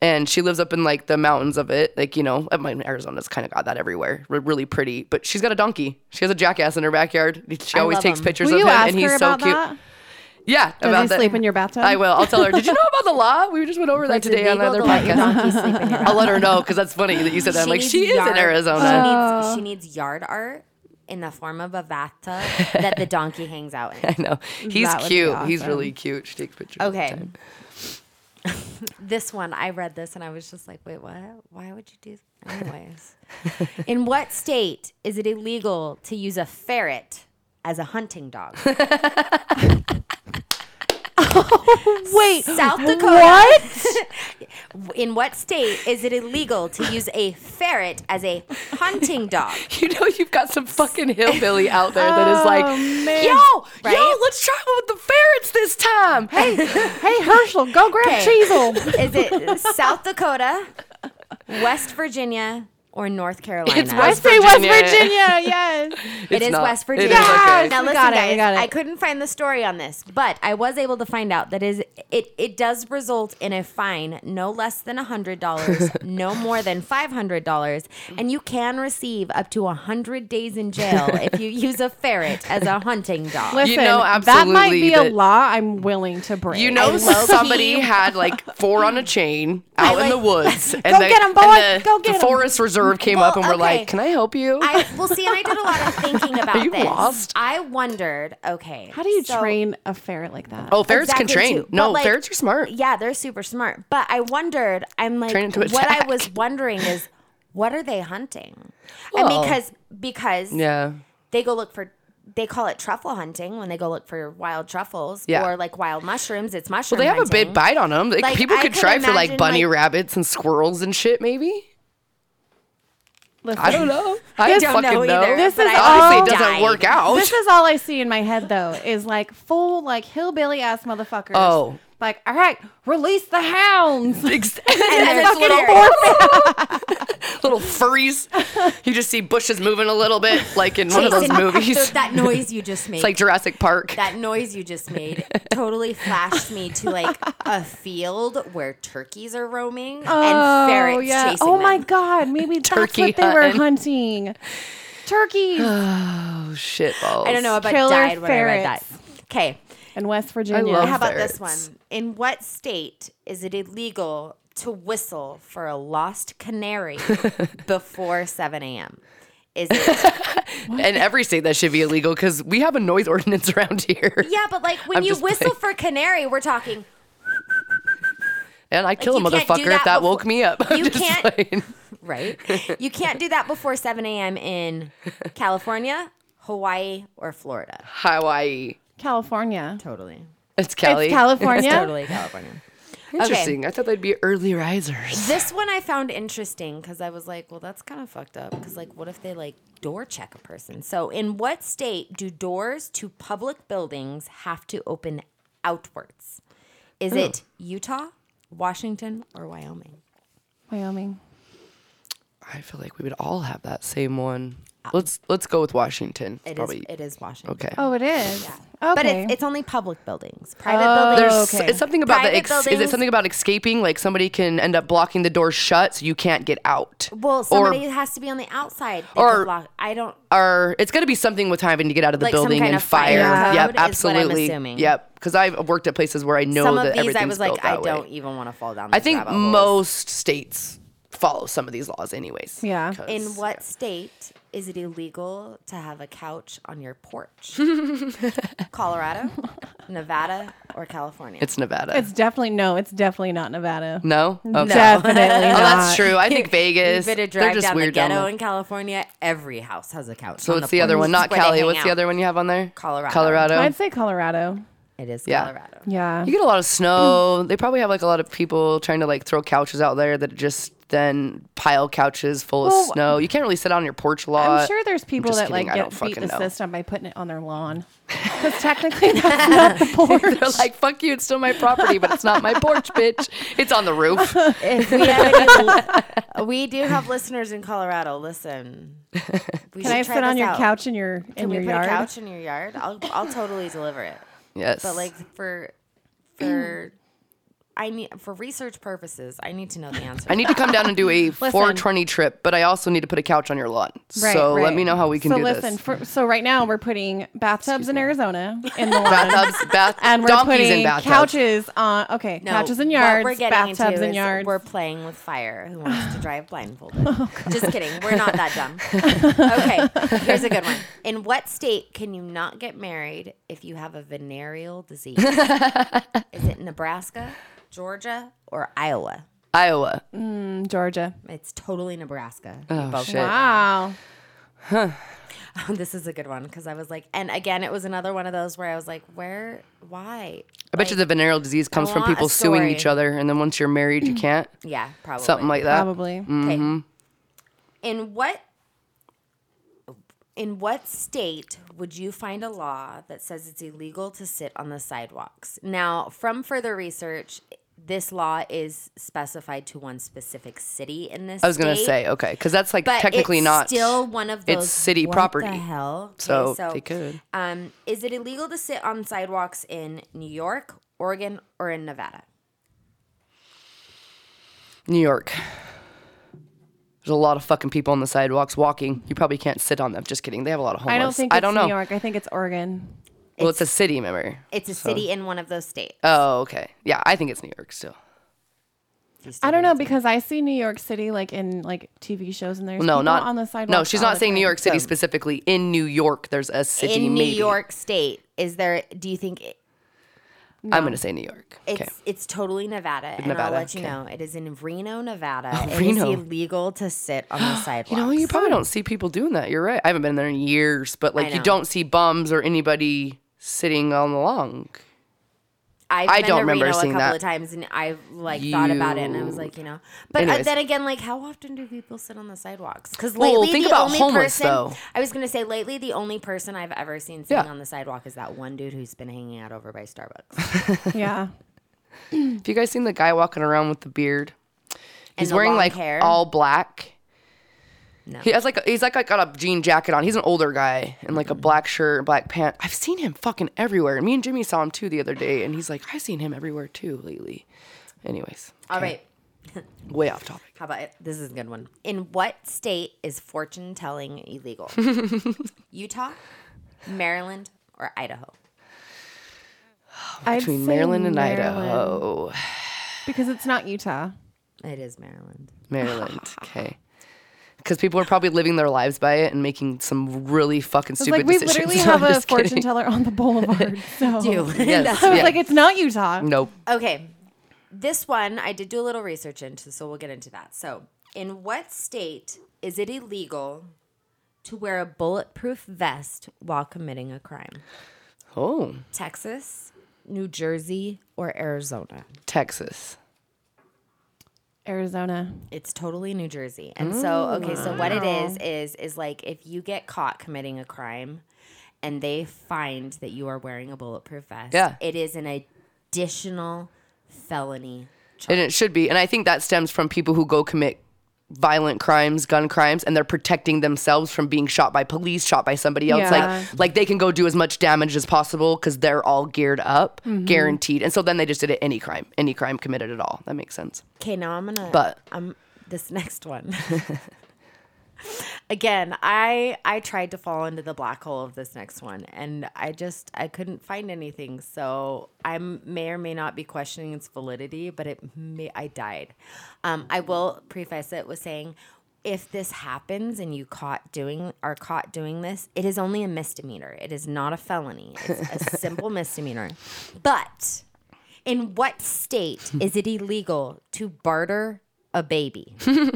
[SPEAKER 5] And she lives up in like the mountains of it, like you know. I mean, Arizona's kind of got that everywhere. Re- really pretty, but she's got a donkey. She has a jackass in her backyard. She always
[SPEAKER 4] love
[SPEAKER 5] takes
[SPEAKER 4] him.
[SPEAKER 5] pictures
[SPEAKER 6] Will
[SPEAKER 5] of
[SPEAKER 6] you
[SPEAKER 5] him,
[SPEAKER 6] ask
[SPEAKER 5] and he's
[SPEAKER 6] her
[SPEAKER 5] so
[SPEAKER 6] about
[SPEAKER 5] cute.
[SPEAKER 6] that?
[SPEAKER 5] Yeah,
[SPEAKER 6] Do
[SPEAKER 5] about
[SPEAKER 6] they
[SPEAKER 5] that.
[SPEAKER 6] sleep in your bathtub?
[SPEAKER 5] I will. I'll tell her. Did you know about the law? We just went over that
[SPEAKER 4] It's
[SPEAKER 5] today on
[SPEAKER 4] illegal
[SPEAKER 5] another
[SPEAKER 4] to let your
[SPEAKER 5] podcast.
[SPEAKER 4] donkey sleep in your
[SPEAKER 5] I'll
[SPEAKER 4] bathtub.
[SPEAKER 5] let her know because that's funny that you said that. I'm like,
[SPEAKER 4] needs
[SPEAKER 5] she is in
[SPEAKER 4] yard-
[SPEAKER 5] Arizona.
[SPEAKER 4] She needs, she needs yard art in the form of a bathtub that the donkey hangs out in.
[SPEAKER 5] I know. He's
[SPEAKER 6] That would be
[SPEAKER 5] cute. He's
[SPEAKER 6] awesome.
[SPEAKER 5] really cute. She takes pictures. all the
[SPEAKER 4] Okay.
[SPEAKER 5] time.
[SPEAKER 4] this one, I read this and I was just like, wait, what? Why would you do Anyways. in what state is it illegal to use a ferret as a hunting dog?
[SPEAKER 6] Wait,
[SPEAKER 4] South Dakota.
[SPEAKER 6] What?
[SPEAKER 4] In what state is it illegal to use a ferret as a hunting dog?
[SPEAKER 5] You know you've got some fucking hillbilly out there that is like, yo, yo,
[SPEAKER 4] Right?
[SPEAKER 5] let's try one with the ferrets this time. Hey,
[SPEAKER 6] Hey, Herschel, go grab
[SPEAKER 4] Okay.
[SPEAKER 6] Cheezel.
[SPEAKER 4] Is it South Dakota, West Virginia, or North Carolina?
[SPEAKER 5] It's West
[SPEAKER 6] Say West
[SPEAKER 5] Virginia.
[SPEAKER 6] Virginia, yes.
[SPEAKER 4] It
[SPEAKER 5] It's
[SPEAKER 4] is
[SPEAKER 5] not.
[SPEAKER 4] West
[SPEAKER 5] It is
[SPEAKER 4] Virginia.
[SPEAKER 5] okay.
[SPEAKER 4] Now
[SPEAKER 6] We
[SPEAKER 4] listen,
[SPEAKER 6] got it,
[SPEAKER 4] guys.
[SPEAKER 6] we got it.
[SPEAKER 4] I couldn't find the story on this, but I was able to find out that is it. It does result in a fine no less than hundred dollars, no more than five hundred dollars, and you can receive up to hundred days in jail if you use a ferret as a hunting dog.
[SPEAKER 6] Listen,
[SPEAKER 5] know
[SPEAKER 6] that might
[SPEAKER 5] absolutely
[SPEAKER 6] be a
[SPEAKER 5] that-
[SPEAKER 6] law I'm willing to break.
[SPEAKER 5] You know,
[SPEAKER 4] low-key-
[SPEAKER 5] somebody had like four on a chain out in
[SPEAKER 4] like-
[SPEAKER 5] the woods. And
[SPEAKER 6] Go get 'em,
[SPEAKER 5] and
[SPEAKER 6] boy.
[SPEAKER 5] the-
[SPEAKER 6] Go get
[SPEAKER 5] The
[SPEAKER 6] 'em.
[SPEAKER 5] Forest Reserve came up and
[SPEAKER 4] Well,
[SPEAKER 5] were like,
[SPEAKER 4] okay.
[SPEAKER 5] "Can I help you?"
[SPEAKER 4] I well, see, and I did a lot of thinking about
[SPEAKER 5] you
[SPEAKER 4] this.
[SPEAKER 5] lost?
[SPEAKER 4] I wondered, okay,
[SPEAKER 6] how do you
[SPEAKER 4] so-
[SPEAKER 6] train a ferret like that?
[SPEAKER 5] oh, ferrets can
[SPEAKER 4] Exactly,
[SPEAKER 5] train.
[SPEAKER 4] too.
[SPEAKER 5] No,
[SPEAKER 4] But, like,
[SPEAKER 5] ferrets are smart.
[SPEAKER 4] Yeah, they're super smart. But I wondered, I'm like,
[SPEAKER 5] Train it to
[SPEAKER 4] what I
[SPEAKER 5] attack.
[SPEAKER 4] was wondering is, what are they hunting?
[SPEAKER 5] Well-
[SPEAKER 4] and because because
[SPEAKER 5] Yeah.
[SPEAKER 4] they go look for. They call it truffle hunting when they go look for wild truffles
[SPEAKER 5] Yeah.
[SPEAKER 4] or like wild mushrooms. It's mushroom.
[SPEAKER 5] Well, they have a
[SPEAKER 4] hunting.
[SPEAKER 5] big bite on them. Like,
[SPEAKER 4] Like,
[SPEAKER 5] people
[SPEAKER 4] I
[SPEAKER 5] could
[SPEAKER 4] could
[SPEAKER 5] try for like
[SPEAKER 4] imagine,
[SPEAKER 5] bunny
[SPEAKER 4] like-
[SPEAKER 5] rabbits and squirrels and shit. Maybe
[SPEAKER 6] Listen,
[SPEAKER 5] I don't know. I,
[SPEAKER 4] don't
[SPEAKER 5] fucking
[SPEAKER 4] know
[SPEAKER 5] know.
[SPEAKER 4] either,
[SPEAKER 6] This
[SPEAKER 4] but
[SPEAKER 6] is
[SPEAKER 4] I
[SPEAKER 5] Obviously, it
[SPEAKER 6] all-
[SPEAKER 5] doesn't
[SPEAKER 4] died.
[SPEAKER 5] work out.
[SPEAKER 6] This is all I see in my head though is like full like hillbilly ass motherfuckers.
[SPEAKER 5] Oh.
[SPEAKER 6] like all right, release the hounds.
[SPEAKER 5] Ex- and then
[SPEAKER 4] there's
[SPEAKER 5] it's little,
[SPEAKER 4] ferrets.
[SPEAKER 5] little furries. You just see bushes moving a little bit, like in one of those
[SPEAKER 4] Jason,
[SPEAKER 5] movies.
[SPEAKER 4] so that noise you just made.
[SPEAKER 5] it's like Jurassic Park.
[SPEAKER 4] that noise you just made totally flashed me to like a field where turkeys are roaming and ferrets chasing
[SPEAKER 6] Oh my
[SPEAKER 4] them.
[SPEAKER 6] god, maybe that's
[SPEAKER 5] Turkey
[SPEAKER 6] what they were
[SPEAKER 5] hunting.
[SPEAKER 6] hunting. Turkeys
[SPEAKER 5] Shit balls.
[SPEAKER 4] I don't know about
[SPEAKER 6] Killer
[SPEAKER 4] died when I read that.
[SPEAKER 6] ferrets.
[SPEAKER 4] Okay.
[SPEAKER 6] in West Virginia.
[SPEAKER 5] love
[SPEAKER 4] How about
[SPEAKER 5] ferrets.
[SPEAKER 4] this one? In what state is it illegal to whistle for a lost canary before 7 a.m.? Is it?
[SPEAKER 5] And every state that should be illegal because we have a noise ordinance around here.
[SPEAKER 4] Yeah, but like when
[SPEAKER 5] I'm
[SPEAKER 4] you
[SPEAKER 5] just
[SPEAKER 4] whistle for canary, we're talking.
[SPEAKER 5] And I'd kill
[SPEAKER 4] you
[SPEAKER 5] a
[SPEAKER 4] can't do
[SPEAKER 5] motherfucker if
[SPEAKER 4] that
[SPEAKER 5] that
[SPEAKER 4] before-
[SPEAKER 5] woke me up. I'm
[SPEAKER 4] You
[SPEAKER 5] just
[SPEAKER 4] can't-
[SPEAKER 5] playing.
[SPEAKER 4] Right? You can't do that before 7 a.m. in California, Hawaii, or Florida.
[SPEAKER 5] Hawaii.
[SPEAKER 6] California.
[SPEAKER 4] Totally.
[SPEAKER 5] It's Cali.
[SPEAKER 6] It's California.
[SPEAKER 4] Totally California.
[SPEAKER 5] Interesting. I thought they'd be early risers.
[SPEAKER 4] This one I found interesting because I was like, well, that's kind of fucked up. Because, like, what if they like door check a person? So, in what state do doors to public buildings have to open outwards? Is it
[SPEAKER 5] Oh.
[SPEAKER 4] Utah, Washington, or Wyoming?
[SPEAKER 6] Wyoming.
[SPEAKER 5] I feel like we would all have that same one. Let's let's go with Washington.
[SPEAKER 4] It is.
[SPEAKER 5] Probably.
[SPEAKER 4] It is Washington.
[SPEAKER 5] okay.
[SPEAKER 6] Oh, it is. Okay. Oh,
[SPEAKER 4] But it's, it's only public buildings. Private buildings.
[SPEAKER 5] There's
[SPEAKER 6] okay.
[SPEAKER 5] it's something about the
[SPEAKER 4] Private
[SPEAKER 5] ex- is it
[SPEAKER 4] buildings-
[SPEAKER 5] something about escaping? Like somebody can end up blocking the door shut, so you can't get out.
[SPEAKER 4] Well, somebody
[SPEAKER 5] or,
[SPEAKER 4] has to be on the outside.
[SPEAKER 5] or-
[SPEAKER 4] Or block. I don't.
[SPEAKER 5] or it's going to be something with having to get out of the
[SPEAKER 4] Like some
[SPEAKER 5] building
[SPEAKER 4] kind
[SPEAKER 5] and
[SPEAKER 4] of fire
[SPEAKER 5] fire.
[SPEAKER 4] code
[SPEAKER 5] Yep,
[SPEAKER 4] is what I'm
[SPEAKER 5] absolutely.
[SPEAKER 4] assuming.
[SPEAKER 5] Yep, because I've worked at places where I know
[SPEAKER 4] Some
[SPEAKER 5] that
[SPEAKER 4] of these I
[SPEAKER 5] everything's
[SPEAKER 4] was
[SPEAKER 5] built
[SPEAKER 4] like, I
[SPEAKER 5] that way.
[SPEAKER 4] don't even want to fall down.
[SPEAKER 5] I
[SPEAKER 4] these
[SPEAKER 5] think
[SPEAKER 4] rabbit holes.
[SPEAKER 5] most states follow some of these laws, anyways.
[SPEAKER 6] Yeah.
[SPEAKER 5] 'cause-
[SPEAKER 4] In what state is it illegal to have a couch on your porch? Colorado, Nevada, or California?
[SPEAKER 5] It's Nevada.
[SPEAKER 6] It's definitely no. It's definitely not Nevada.
[SPEAKER 5] no. Okay.
[SPEAKER 6] Definitely
[SPEAKER 5] Oh,
[SPEAKER 6] not.
[SPEAKER 5] that's true. I think
[SPEAKER 4] You
[SPEAKER 5] Vegas.
[SPEAKER 4] better
[SPEAKER 5] They're
[SPEAKER 4] drive
[SPEAKER 5] just
[SPEAKER 4] down the
[SPEAKER 5] weird down
[SPEAKER 4] ghetto
[SPEAKER 5] there.
[SPEAKER 4] in California. Every house has a couch.
[SPEAKER 5] So
[SPEAKER 4] on
[SPEAKER 5] it's the other
[SPEAKER 4] porch.
[SPEAKER 5] one, not
[SPEAKER 4] Where they
[SPEAKER 5] Cali.
[SPEAKER 4] hang
[SPEAKER 5] What's the
[SPEAKER 4] out.
[SPEAKER 5] other one you have on there?
[SPEAKER 4] Colorado.
[SPEAKER 5] Colorado.
[SPEAKER 6] I'd say Colorado.
[SPEAKER 4] It is
[SPEAKER 5] Yeah.
[SPEAKER 4] Colorado.
[SPEAKER 6] Yeah.
[SPEAKER 5] You get a lot of
[SPEAKER 6] Hmm.
[SPEAKER 5] snow. They probably have like a lot of people trying to like throw couches out there that just then pile couches full of
[SPEAKER 6] Well,
[SPEAKER 5] snow. You can't really sit on your porch a lot.
[SPEAKER 6] I'm sure there's people
[SPEAKER 5] just
[SPEAKER 6] that
[SPEAKER 5] kidding. I
[SPEAKER 6] like
[SPEAKER 5] don't
[SPEAKER 6] get beat
[SPEAKER 5] fucking
[SPEAKER 6] the
[SPEAKER 5] know.
[SPEAKER 6] system by putting it on their lawn. Because technically that's not the porch.
[SPEAKER 5] They're like, fuck you, it's still my property, but it's not my porch, bitch. It's on the roof.
[SPEAKER 4] If we, have any, we do have listeners in Colorado. Listen, we
[SPEAKER 6] Can I sit on your couch in your in
[SPEAKER 4] Can we
[SPEAKER 6] your
[SPEAKER 4] put
[SPEAKER 6] yard?
[SPEAKER 4] a couch in your yard? I'll I'll totally deliver it.
[SPEAKER 5] Yes.
[SPEAKER 4] But like for for I need for research purposes, I need to know the answer.
[SPEAKER 5] I need to come down and do a 420 trip, but I also need to put a couch on your lawn.
[SPEAKER 6] Right,
[SPEAKER 5] so let
[SPEAKER 6] right.
[SPEAKER 5] me know how we can
[SPEAKER 6] so
[SPEAKER 5] do
[SPEAKER 6] listen,
[SPEAKER 5] this.
[SPEAKER 6] For, so right now we're putting bathtubs in Arizona in the lawn,
[SPEAKER 5] Bathtubs, bath,
[SPEAKER 6] and we're
[SPEAKER 5] donkeys
[SPEAKER 6] putting
[SPEAKER 5] in bathtubs.
[SPEAKER 6] couches on. Okay,
[SPEAKER 4] No,
[SPEAKER 6] couches and
[SPEAKER 4] what
[SPEAKER 6] yards,
[SPEAKER 4] we're getting into
[SPEAKER 6] bathtubs and
[SPEAKER 4] is
[SPEAKER 6] yards. Oh,
[SPEAKER 4] We're playing with fire. Who wants to drive blindfolded? Just kidding. We're not that dumb. okay, here's a good one. In what state can you not get married if you have a venereal disease? is it Nebraska, Georgia, or Iowa?
[SPEAKER 5] Iowa. Mm.
[SPEAKER 6] in Georgia. Oh,
[SPEAKER 4] It's totally Nebraska. You both-
[SPEAKER 5] shit.
[SPEAKER 6] Wow.
[SPEAKER 4] this is a good one because I was like, and again, it was another one of those where I was like, where, why?
[SPEAKER 5] I bet you the venereal disease comes from
[SPEAKER 4] want a
[SPEAKER 5] people suing
[SPEAKER 4] story.
[SPEAKER 5] each other, and then once you're married, you can't.
[SPEAKER 4] Yeah, probably
[SPEAKER 5] Something like that.
[SPEAKER 6] Probably.
[SPEAKER 4] Okay. In what in what state would you find a law that says it's illegal to sit on the sidewalks? Now, from further research, this law is specified to one specific city in this.
[SPEAKER 5] I was gonna
[SPEAKER 4] state,
[SPEAKER 5] say okay, because that's like
[SPEAKER 4] but
[SPEAKER 5] technically
[SPEAKER 4] it's
[SPEAKER 5] not
[SPEAKER 4] still one of those.
[SPEAKER 5] it's city
[SPEAKER 4] what
[SPEAKER 5] property.
[SPEAKER 4] The hell. Okay,
[SPEAKER 5] So, they could.
[SPEAKER 4] Um, is it illegal to sit on sidewalks in New York, Oregon, or in Nevada?
[SPEAKER 5] New York. There's a lot of fucking people on the sidewalks walking. You probably can't sit on them. Just kidding. They have a lot of homeless.
[SPEAKER 6] I don't think it's
[SPEAKER 5] know.
[SPEAKER 6] New York. I think it's Oregon.
[SPEAKER 5] Well, it's, a city member.
[SPEAKER 4] It's a city in one of those states.
[SPEAKER 5] Oh, okay. Yeah, I think it's New York still.
[SPEAKER 6] I don't know because I see New York City like in like TV shows and there's
[SPEAKER 5] No,
[SPEAKER 6] people
[SPEAKER 5] not
[SPEAKER 6] on the sidewalk.
[SPEAKER 5] No, she's not saying New York City specifically. In New York, there's a city.
[SPEAKER 4] in
[SPEAKER 5] maybe.
[SPEAKER 4] New York State, is there? Do you think it,
[SPEAKER 5] I'm gonna say New York.
[SPEAKER 4] it's
[SPEAKER 5] Okay.
[SPEAKER 4] it's totally Nevada? And
[SPEAKER 5] Nevada,
[SPEAKER 4] I'll let you
[SPEAKER 5] okay. Oh,
[SPEAKER 4] know it is in Reno, Nevada. It is
[SPEAKER 5] Reno.
[SPEAKER 4] illegal to sit on the sidewalks.
[SPEAKER 5] You know, you probably don't see people doing that. You're right. I haven't been there in years, but like you
[SPEAKER 4] know.
[SPEAKER 5] don't see bums or anybody sitting on the long.
[SPEAKER 4] I've
[SPEAKER 5] I
[SPEAKER 4] been
[SPEAKER 5] don't
[SPEAKER 4] to
[SPEAKER 5] remember
[SPEAKER 4] Reno
[SPEAKER 5] seeing
[SPEAKER 4] a couple
[SPEAKER 5] that.
[SPEAKER 4] of times, and I've like thought about it, and I was like, you know, but uh,
[SPEAKER 5] Anyways.
[SPEAKER 4] then again, like, how often do people sit on the sidewalks? Because
[SPEAKER 5] Well,
[SPEAKER 4] lately,
[SPEAKER 5] think
[SPEAKER 4] the
[SPEAKER 5] about
[SPEAKER 4] only
[SPEAKER 5] homeless,
[SPEAKER 4] person,
[SPEAKER 5] though.
[SPEAKER 4] I was gonna say lately, the only person I've ever seen sitting
[SPEAKER 5] Yeah.
[SPEAKER 4] on the sidewalk is that one dude who's been hanging out over by Starbucks.
[SPEAKER 6] Yeah.
[SPEAKER 5] Have you guys seen the guy walking around with the beard? He's
[SPEAKER 4] the
[SPEAKER 5] wearing
[SPEAKER 4] long
[SPEAKER 5] like
[SPEAKER 4] hair?
[SPEAKER 5] all black.
[SPEAKER 4] No.
[SPEAKER 5] He has like he's like, like got a jean jacket on. He's an older guy in like a black shirt, black pant. I've seen him fucking everywhere. Me and Jimmy saw him too the other day, and he's like, I've seen him everywhere too lately. Anyways,
[SPEAKER 4] All right.
[SPEAKER 5] way off topic.
[SPEAKER 4] How about it? This is a good one. In what state is fortune telling illegal? Utah, Maryland, or Idaho?
[SPEAKER 6] I'd
[SPEAKER 5] Between
[SPEAKER 6] say
[SPEAKER 5] Maryland and
[SPEAKER 6] Maryland,
[SPEAKER 5] Idaho,
[SPEAKER 6] Because it's not Utah.
[SPEAKER 4] It is Maryland.
[SPEAKER 5] Maryland. Okay. Because people are probably living their lives by it and making some really fucking
[SPEAKER 6] It's
[SPEAKER 5] stupid
[SPEAKER 6] like we
[SPEAKER 5] decisions.
[SPEAKER 6] literally
[SPEAKER 5] I'm
[SPEAKER 6] have a
[SPEAKER 5] just
[SPEAKER 6] fortune
[SPEAKER 5] kidding.
[SPEAKER 6] teller on the boulevard. So
[SPEAKER 4] Oh,
[SPEAKER 5] Yes.
[SPEAKER 6] I was
[SPEAKER 5] yeah.
[SPEAKER 6] like, it's not Utah.
[SPEAKER 5] nope.
[SPEAKER 4] Okay. This one I did do a little research into, so we'll get into that. So, in what state is it illegal to wear a bulletproof vest while committing a crime?
[SPEAKER 5] Oh,
[SPEAKER 4] Texas, New Jersey, or Arizona?
[SPEAKER 5] Texas.
[SPEAKER 6] Arizona.
[SPEAKER 4] It's totally New Jersey. And so, okay, so what it is is is like if you get caught committing a crime and they find that you are wearing a bulletproof vest,
[SPEAKER 5] Yeah.
[SPEAKER 4] it is an additional felony
[SPEAKER 5] And it should be. And I think that stems from people who go commit violent crimes, gun crimes, and they're protecting themselves from being shot by police, shot by somebody else.
[SPEAKER 6] Yeah.
[SPEAKER 5] Like like they can go do as much damage as possible because they're all geared up,
[SPEAKER 6] Mm-hmm.
[SPEAKER 5] guaranteed. And so then they just did it any crime, any crime committed at all. That makes sense.
[SPEAKER 4] Okay, now I'm gonna.
[SPEAKER 5] But-
[SPEAKER 4] um, this next one. Again, I I tried to fall into the black hole of this next one, and I just I couldn't find anything. So I may or may not be questioning its validity, but it may I died. Um, I will preface it with saying, if this happens and you caught doing are caught doing this, it is only a misdemeanor. It is not a felony. It's a simple misdemeanor, but. In what state
[SPEAKER 5] Hmm.
[SPEAKER 4] is it illegal to barter a baby?
[SPEAKER 5] Hmm.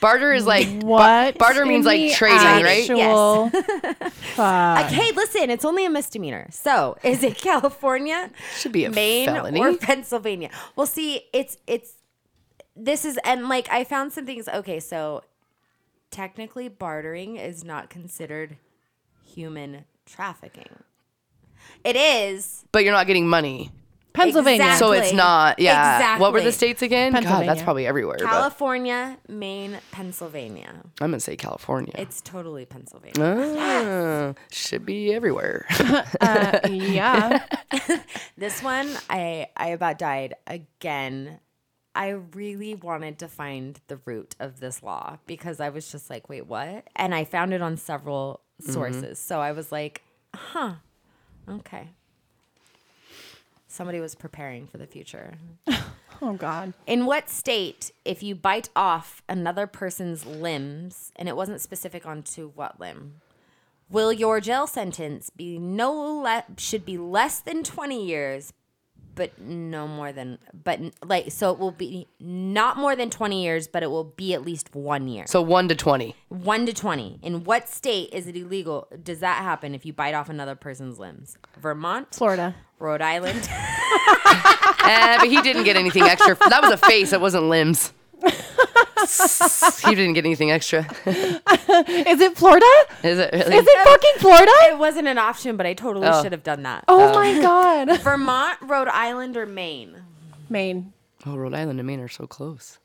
[SPEAKER 5] Barter is like
[SPEAKER 6] What?
[SPEAKER 5] barter means,
[SPEAKER 6] in
[SPEAKER 5] like,
[SPEAKER 6] the
[SPEAKER 5] trading, right?
[SPEAKER 6] actual- Fuck.
[SPEAKER 4] Hey, listen, it's only a misdemeanor. So, is it California,
[SPEAKER 5] should be a
[SPEAKER 4] Maine,
[SPEAKER 5] felony.
[SPEAKER 4] or Pennsylvania? Well, see, it's it's this is and like I found some things. Okay, so technically, bartering is not considered human trafficking. It is
[SPEAKER 5] but you're not getting money.
[SPEAKER 6] Pennsylvania.
[SPEAKER 5] So it's
[SPEAKER 4] Exactly.
[SPEAKER 5] not, yeah. What were the
[SPEAKER 4] Exactly.
[SPEAKER 5] states again? God, that's
[SPEAKER 6] Pennsylvania.
[SPEAKER 5] probably everywhere. but
[SPEAKER 4] California, Maine, Pennsylvania.
[SPEAKER 5] I'm gonna say California.
[SPEAKER 4] It's totally Pennsylvania.
[SPEAKER 5] Ah, should be everywhere.
[SPEAKER 6] yeah.
[SPEAKER 4] This one, I I about died again. I really wanted to find the root of this law because I was just like, wait, what? And I found it on several sources. So I was like, huh, okay. Somebody was preparing for the future.
[SPEAKER 6] Oh God.
[SPEAKER 4] In what state, if you bite off another person's limbs, and it wasn't specific on to what limb, will your jail sentence be no le- should be less than twenty years, but no more than but like so it will be not more than 20 years but it will be at least one year
[SPEAKER 5] So one to twenty.
[SPEAKER 4] 1 to 20 in what state is it illegal does that happen if you bite off another person's limbs vermont
[SPEAKER 6] Florida.
[SPEAKER 4] rhode island
[SPEAKER 5] Eh, but he didn't get anything extra. That was a face. That wasn't limbs. he didn't get anything extra.
[SPEAKER 6] Is it Florida?
[SPEAKER 5] Is it really?
[SPEAKER 6] Is it fucking Florida?
[SPEAKER 4] it wasn't an option but i totally
[SPEAKER 5] Oh.
[SPEAKER 4] should have done that
[SPEAKER 6] Oh
[SPEAKER 5] Um,
[SPEAKER 6] my God.
[SPEAKER 4] vermont rhode island or maine
[SPEAKER 6] Maine.
[SPEAKER 5] Oh, Rhode Island and Maine are so close.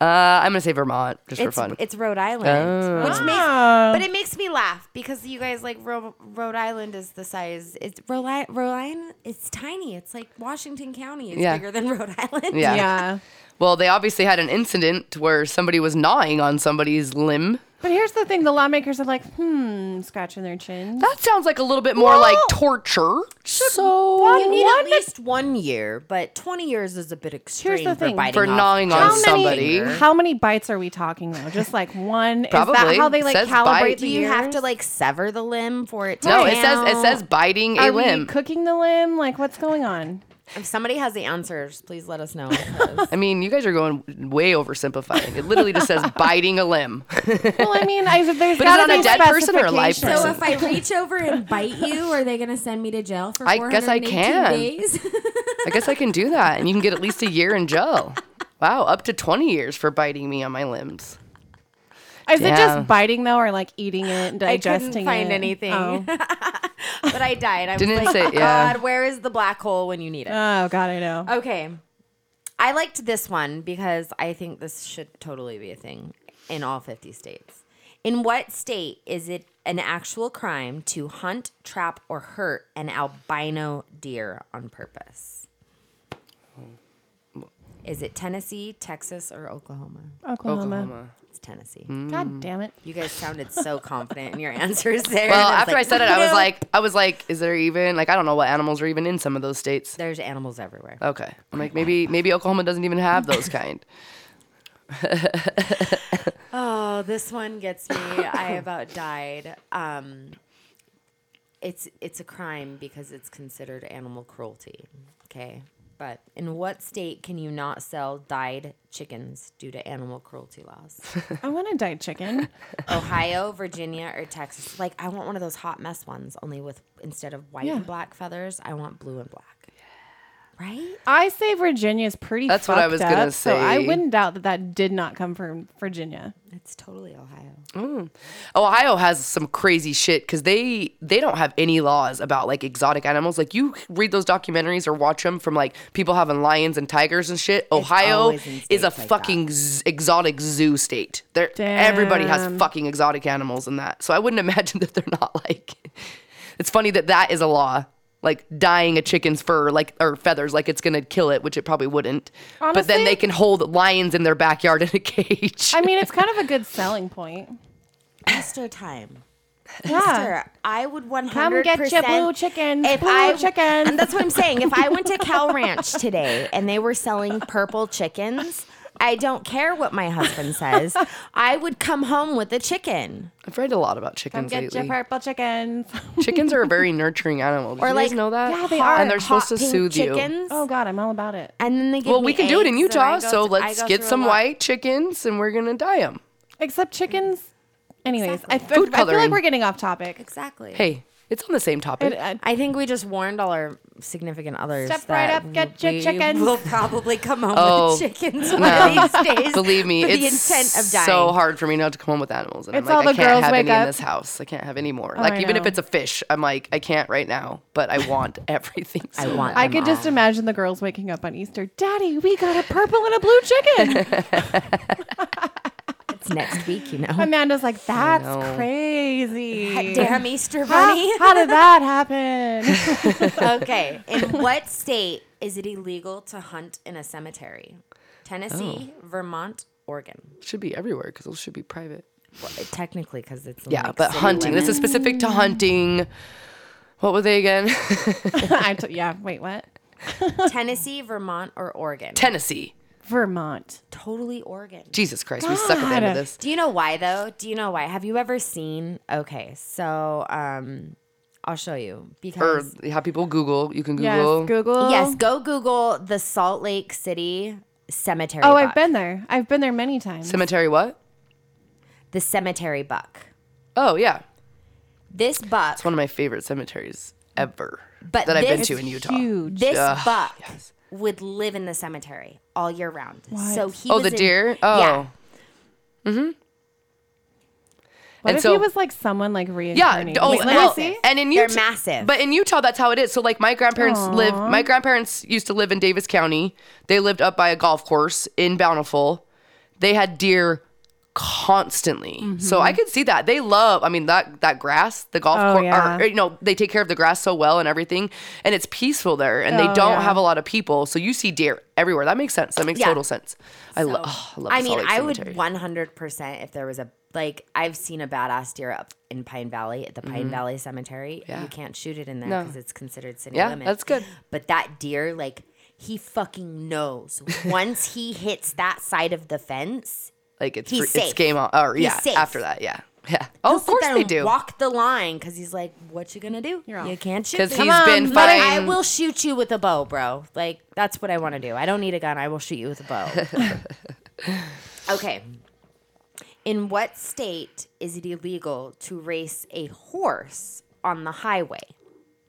[SPEAKER 5] Uh, I'm gonna say Vermont just for
[SPEAKER 4] it's,
[SPEAKER 5] fun. Oh.
[SPEAKER 4] it's rhode island which makes
[SPEAKER 6] Ah.
[SPEAKER 4] but it makes me laugh because you guys like Ro- rhode island is the size it's rhode, I- rhode island it's tiny it's like washington county is
[SPEAKER 5] Yeah.
[SPEAKER 4] bigger than rhode island
[SPEAKER 5] Yeah.
[SPEAKER 6] Yeah.
[SPEAKER 5] Well, they obviously had an incident where somebody was gnawing on somebody's limb.
[SPEAKER 6] But here's the thing the lawmakers are like, hmm, scratching their chin.
[SPEAKER 5] That sounds like a little bit more like torture. So
[SPEAKER 4] You need
[SPEAKER 6] One
[SPEAKER 4] at least one year, but 20 years is a bit extreme
[SPEAKER 6] the
[SPEAKER 4] for
[SPEAKER 6] thing.
[SPEAKER 4] biting
[SPEAKER 5] for
[SPEAKER 4] off
[SPEAKER 5] gnawing
[SPEAKER 4] just
[SPEAKER 5] on
[SPEAKER 4] a
[SPEAKER 5] somebody.
[SPEAKER 4] finger.
[SPEAKER 6] How many bites are we talking though? Just like one? Is
[SPEAKER 5] Probably.
[SPEAKER 6] that how they like
[SPEAKER 5] Says
[SPEAKER 6] calibrate
[SPEAKER 5] bite.
[SPEAKER 6] the
[SPEAKER 4] Do you have
[SPEAKER 6] years?
[SPEAKER 4] to like sever the limb for it to
[SPEAKER 5] No, it says it
[SPEAKER 4] count?
[SPEAKER 5] says biting a
[SPEAKER 6] Are we
[SPEAKER 5] limb.
[SPEAKER 6] cooking the limb? Like what's going on?
[SPEAKER 4] If somebody has the answers, please let us know.
[SPEAKER 5] I mean, you guys are going way oversimplifying. It literally just says biting a limb.
[SPEAKER 6] Well, I mean, I, there's
[SPEAKER 5] But
[SPEAKER 6] got
[SPEAKER 5] is that
[SPEAKER 6] to be
[SPEAKER 5] a dead person or a live
[SPEAKER 6] specifications.
[SPEAKER 5] person?
[SPEAKER 7] So if I reach over and bite you, are they going to send me to jail for
[SPEAKER 5] I guess I
[SPEAKER 7] 418
[SPEAKER 5] can.
[SPEAKER 7] days?
[SPEAKER 5] I guess I can do that, and you can get at least a year in jail. Wow, up to 20 years for biting me on my limbs.
[SPEAKER 6] Is it
[SPEAKER 5] Yeah.
[SPEAKER 6] just biting though, or like eating it and
[SPEAKER 4] I couldn't
[SPEAKER 6] digesting
[SPEAKER 4] find
[SPEAKER 6] it?
[SPEAKER 4] anything,
[SPEAKER 6] Oh.
[SPEAKER 4] but I died. I was
[SPEAKER 5] Didn't
[SPEAKER 4] like, "Oh
[SPEAKER 5] say-
[SPEAKER 4] God,
[SPEAKER 5] yeah.
[SPEAKER 4] where is the black hole when you need it?
[SPEAKER 6] Oh, God, I know.
[SPEAKER 4] Okay. I liked this one because I think this should totally be a thing in all 50 states. In what state is it an actual crime to hunt, trap, or hurt an albino deer on purpose? Is it Tennessee, Texas, or Oklahoma?
[SPEAKER 5] Oh.
[SPEAKER 6] Oklahoma.
[SPEAKER 4] It's Tennessee.
[SPEAKER 5] mm.
[SPEAKER 6] God damn it.
[SPEAKER 4] You guys sounded so confident in your answers there.
[SPEAKER 5] Well,
[SPEAKER 4] and
[SPEAKER 5] after
[SPEAKER 4] like,
[SPEAKER 5] I said it, I was
[SPEAKER 4] no.
[SPEAKER 5] like, I was like, is there even like I don't know what animals are even in some of those states.
[SPEAKER 4] there's animals everywhere.
[SPEAKER 5] Okay, I'm like maybe maybe Oklahoma doesn't even have those kind.
[SPEAKER 4] Oh, this one gets me. I about died. Um, it's it's a crime because it's considered animal cruelty. Okay, but in what state can you not sell dyed chickens due to animal cruelty laws?
[SPEAKER 6] I want a died chicken.
[SPEAKER 4] Ohio, Virginia, or Texas? Like, I want one of those hot mess ones, only with instead of white
[SPEAKER 6] Yeah.
[SPEAKER 4] and black feathers, I want blue and black. Right?
[SPEAKER 6] I say Virginia's pretty.
[SPEAKER 5] That's what I
[SPEAKER 6] fucked
[SPEAKER 5] was gonna
[SPEAKER 6] up, So I
[SPEAKER 5] say.
[SPEAKER 6] wouldn't doubt that that did not come from Virginia.
[SPEAKER 4] It's totally Ohio.
[SPEAKER 5] Ohio has some crazy shit because they they don't have any laws about like exotic animals. Like you read those documentaries or watch them from like people having lions and tigers and shit. Ohio
[SPEAKER 4] always in
[SPEAKER 5] is a
[SPEAKER 4] states like
[SPEAKER 5] fucking z- exotic zoo state. There, everybody has fucking exotic animals in that. So I wouldn't imagine that they're not like. It's funny that that is a law. Like dyeing a chicken's fur, like or feathers, like it's gonna kill it, which it probably wouldn't. but then
[SPEAKER 6] Honestly-
[SPEAKER 5] they can hold lions in their backyard in a cage.
[SPEAKER 6] I mean, it's kind of a good selling point.
[SPEAKER 4] Easter time.
[SPEAKER 6] Yeah.
[SPEAKER 4] Sure, I would one
[SPEAKER 6] Come
[SPEAKER 4] hundred
[SPEAKER 6] get your blue chicken, blue chicken.
[SPEAKER 4] And that's what I'm saying. If I went to Cal Ranch today and they were selling purple chickens, I don't care what my husband says. I would come home with a chicken
[SPEAKER 5] I've read a lot about chickens
[SPEAKER 6] Get
[SPEAKER 5] lately.
[SPEAKER 6] your purple chickens.
[SPEAKER 5] Chickens are a very nurturing animal. Did
[SPEAKER 4] or
[SPEAKER 5] you
[SPEAKER 4] like
[SPEAKER 5] guys know that?
[SPEAKER 4] Yeah, they
[SPEAKER 5] And
[SPEAKER 4] are.
[SPEAKER 5] they're
[SPEAKER 4] Hot
[SPEAKER 5] supposed to
[SPEAKER 4] pink
[SPEAKER 5] soothe you.
[SPEAKER 4] chickens.
[SPEAKER 6] Oh God, I'm all about it.
[SPEAKER 4] And then they give
[SPEAKER 5] Well, we
[SPEAKER 4] me
[SPEAKER 5] can do it in
[SPEAKER 4] eggs, and I
[SPEAKER 5] Utah,
[SPEAKER 4] go
[SPEAKER 5] so
[SPEAKER 4] th- I
[SPEAKER 5] let's
[SPEAKER 4] go
[SPEAKER 5] get
[SPEAKER 4] through a
[SPEAKER 5] some
[SPEAKER 4] lot.
[SPEAKER 5] white chickens and we're gonna dye them.
[SPEAKER 6] Except chickens. Anyways, I, I
[SPEAKER 5] Food
[SPEAKER 6] feel
[SPEAKER 5] coloring.
[SPEAKER 6] like we're getting off topic.
[SPEAKER 4] Exactly.
[SPEAKER 5] Hey, it's on the same topic.
[SPEAKER 6] It- I-
[SPEAKER 4] I think we just warned all our significant others.
[SPEAKER 6] Step right
[SPEAKER 4] that
[SPEAKER 6] up, get your
[SPEAKER 4] we
[SPEAKER 6] chickens.
[SPEAKER 4] We'll probably come home
[SPEAKER 5] Oh,
[SPEAKER 4] with chickens one of these days.
[SPEAKER 5] Believe me,
[SPEAKER 4] for
[SPEAKER 5] it's
[SPEAKER 4] the intent of dying.
[SPEAKER 5] so hard for me not to come home with animals. And
[SPEAKER 6] It's
[SPEAKER 5] I'm like,
[SPEAKER 6] all
[SPEAKER 5] I
[SPEAKER 6] the
[SPEAKER 5] can't
[SPEAKER 6] girls
[SPEAKER 5] have
[SPEAKER 6] wake
[SPEAKER 5] any in
[SPEAKER 6] up.
[SPEAKER 5] this house. I can't have any
[SPEAKER 4] Oh,
[SPEAKER 5] more. Like
[SPEAKER 6] I
[SPEAKER 5] even if
[SPEAKER 6] know.
[SPEAKER 5] it's a fish, I'm like, I can't right now, but I want everything.
[SPEAKER 4] I
[SPEAKER 5] so
[SPEAKER 4] want.
[SPEAKER 6] I
[SPEAKER 4] them
[SPEAKER 6] could just
[SPEAKER 4] all.
[SPEAKER 6] imagine the girls waking up on Easter. Daddy, we got a purple and a blue chicken.
[SPEAKER 4] It's next week, you know.
[SPEAKER 6] Amanda's like, that's
[SPEAKER 5] know.
[SPEAKER 6] crazy.
[SPEAKER 4] Damn Easter Bunny.
[SPEAKER 6] How, how did that happen?
[SPEAKER 4] okay. In what state is it illegal to hunt in a cemetery? Tennessee,
[SPEAKER 5] Oh.
[SPEAKER 4] Vermont, Oregon.
[SPEAKER 5] It should be everywhere because those should be private.
[SPEAKER 4] Well, technically, because it's in,
[SPEAKER 5] Yeah,
[SPEAKER 4] like,
[SPEAKER 5] but
[SPEAKER 4] city
[SPEAKER 5] hunting. This is
[SPEAKER 4] limits.
[SPEAKER 5] specific to hunting. What were they again?
[SPEAKER 6] I t- yeah, wait, what?
[SPEAKER 4] Tennessee, Vermont, or Oregon.
[SPEAKER 5] Tennessee.
[SPEAKER 6] Vermont.
[SPEAKER 4] totally Oregon.
[SPEAKER 5] Jesus Christ, we suck at the end of
[SPEAKER 6] God.
[SPEAKER 5] this.
[SPEAKER 4] Do you know why though? Do you know why? Have you ever seen? Okay, so um, I'll show you
[SPEAKER 5] Or
[SPEAKER 4] because
[SPEAKER 5] have people Google. You can
[SPEAKER 6] Yes,
[SPEAKER 5] Google.
[SPEAKER 6] Google.
[SPEAKER 4] yes, go Google the Salt Lake City cemetery.
[SPEAKER 6] Oh,
[SPEAKER 4] buck.
[SPEAKER 6] I've been there. I've been there many times.
[SPEAKER 5] Cemetery what?
[SPEAKER 4] the cemetery buck.
[SPEAKER 5] Oh yeah,
[SPEAKER 4] This buck,
[SPEAKER 5] it's one of my favorite cemeteries ever
[SPEAKER 4] But
[SPEAKER 5] that I've been
[SPEAKER 4] this-
[SPEAKER 5] to in Utah.
[SPEAKER 6] Huge.
[SPEAKER 4] this
[SPEAKER 5] Ugh,
[SPEAKER 4] buck would live in the cemetery all year round. So he
[SPEAKER 5] Oh,
[SPEAKER 4] was
[SPEAKER 5] the
[SPEAKER 4] in-
[SPEAKER 5] deer. Oh,
[SPEAKER 4] yeah.
[SPEAKER 6] What
[SPEAKER 5] and
[SPEAKER 6] if
[SPEAKER 5] so-
[SPEAKER 6] he was like someone like
[SPEAKER 5] yeah.
[SPEAKER 6] reincarnated?
[SPEAKER 5] d- Oh,
[SPEAKER 6] Wait, let
[SPEAKER 5] well,
[SPEAKER 6] me see.
[SPEAKER 5] and in
[SPEAKER 4] They're
[SPEAKER 5] Utah,
[SPEAKER 4] massive.
[SPEAKER 5] But in Utah, that's how it is. So like my grandparents live. My grandparents used to live in Davis County. They lived up by a golf course in Bountiful. They had deer constantly. So I could see that. They love, I mean, that that grass, the golf
[SPEAKER 6] Mm-hmm. Oh,
[SPEAKER 5] course,
[SPEAKER 6] yeah.
[SPEAKER 5] or, you know, they take care of the grass so well and everything. And it's peaceful there. And they
[SPEAKER 6] Oh,
[SPEAKER 5] don't
[SPEAKER 6] yeah.
[SPEAKER 5] have a lot of people. So you see deer everywhere. That makes sense. That makes
[SPEAKER 4] Yeah.
[SPEAKER 5] total sense. I, lo- oh, I love
[SPEAKER 4] I
[SPEAKER 5] the
[SPEAKER 4] mean,
[SPEAKER 5] Salt Lake
[SPEAKER 4] I would
[SPEAKER 5] Cemetery.
[SPEAKER 4] 100% if there was a like I've seen a badass deer up in Pine Valley at the Pine
[SPEAKER 5] Mm-hmm.
[SPEAKER 4] Valley Cemetery. You can't shoot it in there because it's considered city
[SPEAKER 5] Yeah,
[SPEAKER 4] limits.
[SPEAKER 5] that's good.
[SPEAKER 4] But that deer, like he fucking knows once he hits that side of the fence.
[SPEAKER 5] Like it's,
[SPEAKER 4] He's
[SPEAKER 5] free- it's
[SPEAKER 4] safe.
[SPEAKER 5] game on. Or
[SPEAKER 4] He's
[SPEAKER 5] yeah,
[SPEAKER 4] safe.
[SPEAKER 5] after that. Yeah. Yeah. Oh,
[SPEAKER 4] he'll
[SPEAKER 5] of
[SPEAKER 4] sit
[SPEAKER 5] course
[SPEAKER 4] there
[SPEAKER 5] they
[SPEAKER 4] and
[SPEAKER 5] do.
[SPEAKER 4] Walk the line because he's like, "What you gonna do? you can't shoot."
[SPEAKER 5] 'Cause
[SPEAKER 4] me."
[SPEAKER 5] he's Come been on,
[SPEAKER 4] But I
[SPEAKER 5] fighting-
[SPEAKER 4] will shoot you with a bow, bro. Like that's what I want to do. I don't need a gun. I will shoot you with a bow. okay. In what state is it illegal to race a horse on the highway?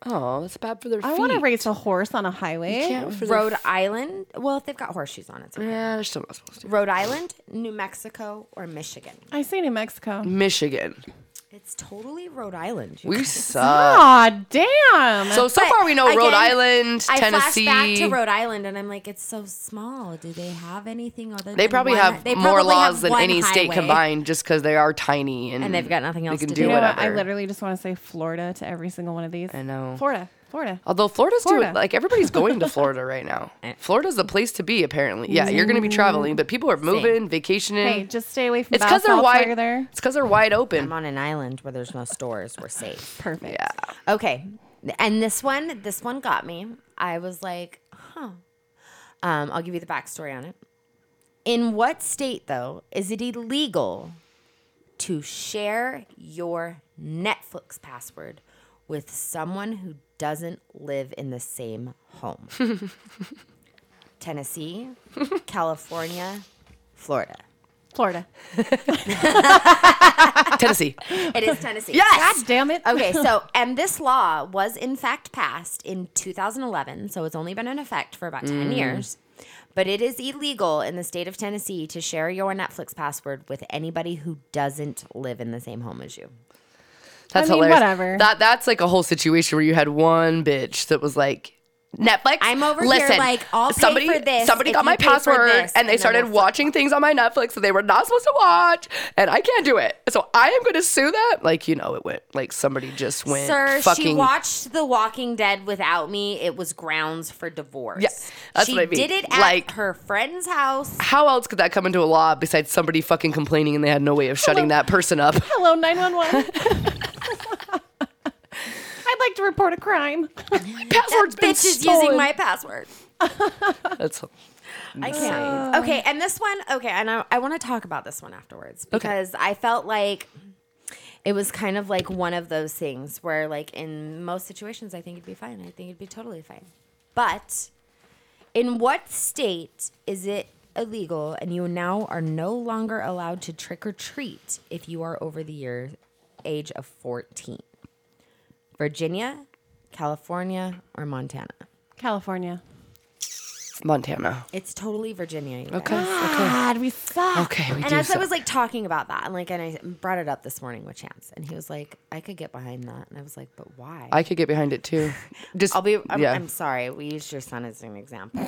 [SPEAKER 5] Oh, that's bad for their feet.
[SPEAKER 6] I want to race a horse on a highway.
[SPEAKER 5] Can't for their-
[SPEAKER 4] Rhode Island. Well, if they've got horseshoes on, it's okay.
[SPEAKER 5] Yeah, they're still not supposed to.
[SPEAKER 4] Rhode Island, New Mexico, or Michigan.
[SPEAKER 6] I say New Mexico.
[SPEAKER 5] Michigan.
[SPEAKER 4] It's totally Rhode Island. you
[SPEAKER 5] We suck.
[SPEAKER 6] Aw, damn.
[SPEAKER 5] Uh, So so
[SPEAKER 4] But
[SPEAKER 5] far we know Rhode
[SPEAKER 4] again,
[SPEAKER 5] Island,
[SPEAKER 4] I flash back
[SPEAKER 5] Tennessee.
[SPEAKER 4] to Rhode Island, and I'm like,
[SPEAKER 7] It's so small. Do they have anything other?
[SPEAKER 5] They
[SPEAKER 7] than
[SPEAKER 5] probably
[SPEAKER 7] one-
[SPEAKER 5] have
[SPEAKER 7] they
[SPEAKER 5] more
[SPEAKER 7] probably have
[SPEAKER 5] laws than
[SPEAKER 7] one
[SPEAKER 5] any state
[SPEAKER 7] highway.
[SPEAKER 5] combined, just because they are tiny and,
[SPEAKER 4] And they've got nothing
[SPEAKER 5] they
[SPEAKER 4] else
[SPEAKER 5] can
[SPEAKER 4] to
[SPEAKER 5] do.
[SPEAKER 4] do.
[SPEAKER 6] you know
[SPEAKER 5] whatever.
[SPEAKER 6] what? I literally just want to say Florida to every single one of these.
[SPEAKER 5] I know.
[SPEAKER 6] Florida. Florida.
[SPEAKER 5] Although Florida's doing
[SPEAKER 6] Florida.
[SPEAKER 5] like everybody's going to Florida right now. Florida's the place to be apparently. Yeah, you're going to be traveling, but people are moving, vacationing.
[SPEAKER 6] Hey, just stay away from
[SPEAKER 5] it's because they're
[SPEAKER 6] Valsalva
[SPEAKER 5] wide.
[SPEAKER 6] There.
[SPEAKER 5] It's because they're wide open.
[SPEAKER 4] I'm on an island where there's no stores. We're safe.
[SPEAKER 6] Perfect.
[SPEAKER 5] Yeah.
[SPEAKER 4] Okay. And this one, this one got me. I was like, huh. Um, I'll give you the backstory on it. In what state, though, is it illegal to share your Netflix password with someone who doesn't live in the same home? Tennessee, California, Florida.
[SPEAKER 6] Florida.
[SPEAKER 5] Tennessee.
[SPEAKER 4] It is Tennessee.
[SPEAKER 6] God damn it.
[SPEAKER 4] Okay, so and this law was in fact passed in 2011, so it's only been in effect for about 10
[SPEAKER 5] Mm.
[SPEAKER 4] years. But it is illegal in the state of Tennessee to share your Netflix password with anybody who doesn't live in the same home as you.
[SPEAKER 5] That's
[SPEAKER 6] I mean,
[SPEAKER 5] hilarious.
[SPEAKER 6] whatever.
[SPEAKER 5] That that's like a whole situation where you had one bitch that was like Netflix.
[SPEAKER 4] I'm over here,
[SPEAKER 5] listen,
[SPEAKER 4] like, I'll pay
[SPEAKER 5] somebody,
[SPEAKER 4] for this
[SPEAKER 5] Somebody
[SPEAKER 4] if
[SPEAKER 5] got
[SPEAKER 4] you
[SPEAKER 5] my
[SPEAKER 4] pay for
[SPEAKER 5] password,
[SPEAKER 4] this,
[SPEAKER 5] and they
[SPEAKER 4] and then
[SPEAKER 5] started
[SPEAKER 4] we'll flip.
[SPEAKER 5] watching things on my Netflix that they were not supposed to watch, and I can't do it. So I am going to sue that. Like you know, it went like somebody just went
[SPEAKER 4] Sir,
[SPEAKER 5] fucking.
[SPEAKER 4] she watched The Walking Dead without me. It was grounds for divorce.
[SPEAKER 5] Yeah, that's
[SPEAKER 4] she
[SPEAKER 5] what I mean.
[SPEAKER 4] did it at
[SPEAKER 5] Like-
[SPEAKER 4] her friend's house.
[SPEAKER 5] how else could that come into a law besides somebody fucking complaining and they had no way of shutting that person up?
[SPEAKER 6] Hello, 911. I'd like to report a crime.
[SPEAKER 5] Password's been
[SPEAKER 4] Bitch is
[SPEAKER 5] stolen.
[SPEAKER 4] using my password.
[SPEAKER 5] That's
[SPEAKER 4] I can't. Okay, and this one, okay, and I, I want to talk about this one afterwards because I felt like it was kind of like one of those things where, like, in most situations, I think it'd be fine. I think it'd be totally fine. But in what state is it illegal and you now are no longer allowed to trick or treat if you are over the year age of 14? Virginia, California, or Montana?
[SPEAKER 6] California.
[SPEAKER 5] Montana.
[SPEAKER 4] It's totally Virginia. you guys.
[SPEAKER 6] God, we suck.
[SPEAKER 5] Okay, we
[SPEAKER 4] and
[SPEAKER 5] do.
[SPEAKER 4] as I
[SPEAKER 5] suck.
[SPEAKER 4] was like talking about that, and like, and I brought it up this morning with Chance, and he was like, "I could get behind that," and I was like, "But why?" I,
[SPEAKER 5] I could get behind it too. Just
[SPEAKER 4] will be. I'm,
[SPEAKER 5] yeah.
[SPEAKER 4] I'm sorry. We used your son as an example.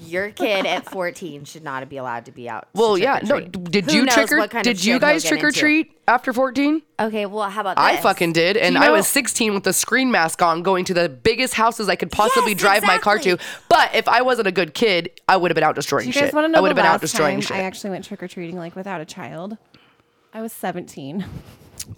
[SPEAKER 4] Your kid at 14 should not be allowed to be out. to
[SPEAKER 5] Well, yeah.
[SPEAKER 4] trick or
[SPEAKER 5] No,
[SPEAKER 4] treat.
[SPEAKER 5] d- did
[SPEAKER 4] Who
[SPEAKER 5] you
[SPEAKER 4] knows
[SPEAKER 5] trick or
[SPEAKER 4] what kind of
[SPEAKER 5] did you
[SPEAKER 4] shit he'll
[SPEAKER 5] guys
[SPEAKER 4] get
[SPEAKER 5] trick or
[SPEAKER 4] into.
[SPEAKER 5] treat after 14?
[SPEAKER 4] Okay, well, how about this?
[SPEAKER 5] I fucking did, and
[SPEAKER 6] you
[SPEAKER 5] I
[SPEAKER 6] know-
[SPEAKER 5] was 16 with a screen mask on, going to the biggest houses I could possibly
[SPEAKER 4] Yes,
[SPEAKER 5] drive my car to.
[SPEAKER 4] exactly.
[SPEAKER 5] But if I wasn't a good kid, I would have been out destroying
[SPEAKER 6] Do you
[SPEAKER 5] shit.
[SPEAKER 6] guys want to know
[SPEAKER 5] I would
[SPEAKER 6] the
[SPEAKER 5] have been out
[SPEAKER 6] last
[SPEAKER 5] destroying
[SPEAKER 6] time
[SPEAKER 5] shit.
[SPEAKER 6] I actually went trick or treating like without a child? I was 17.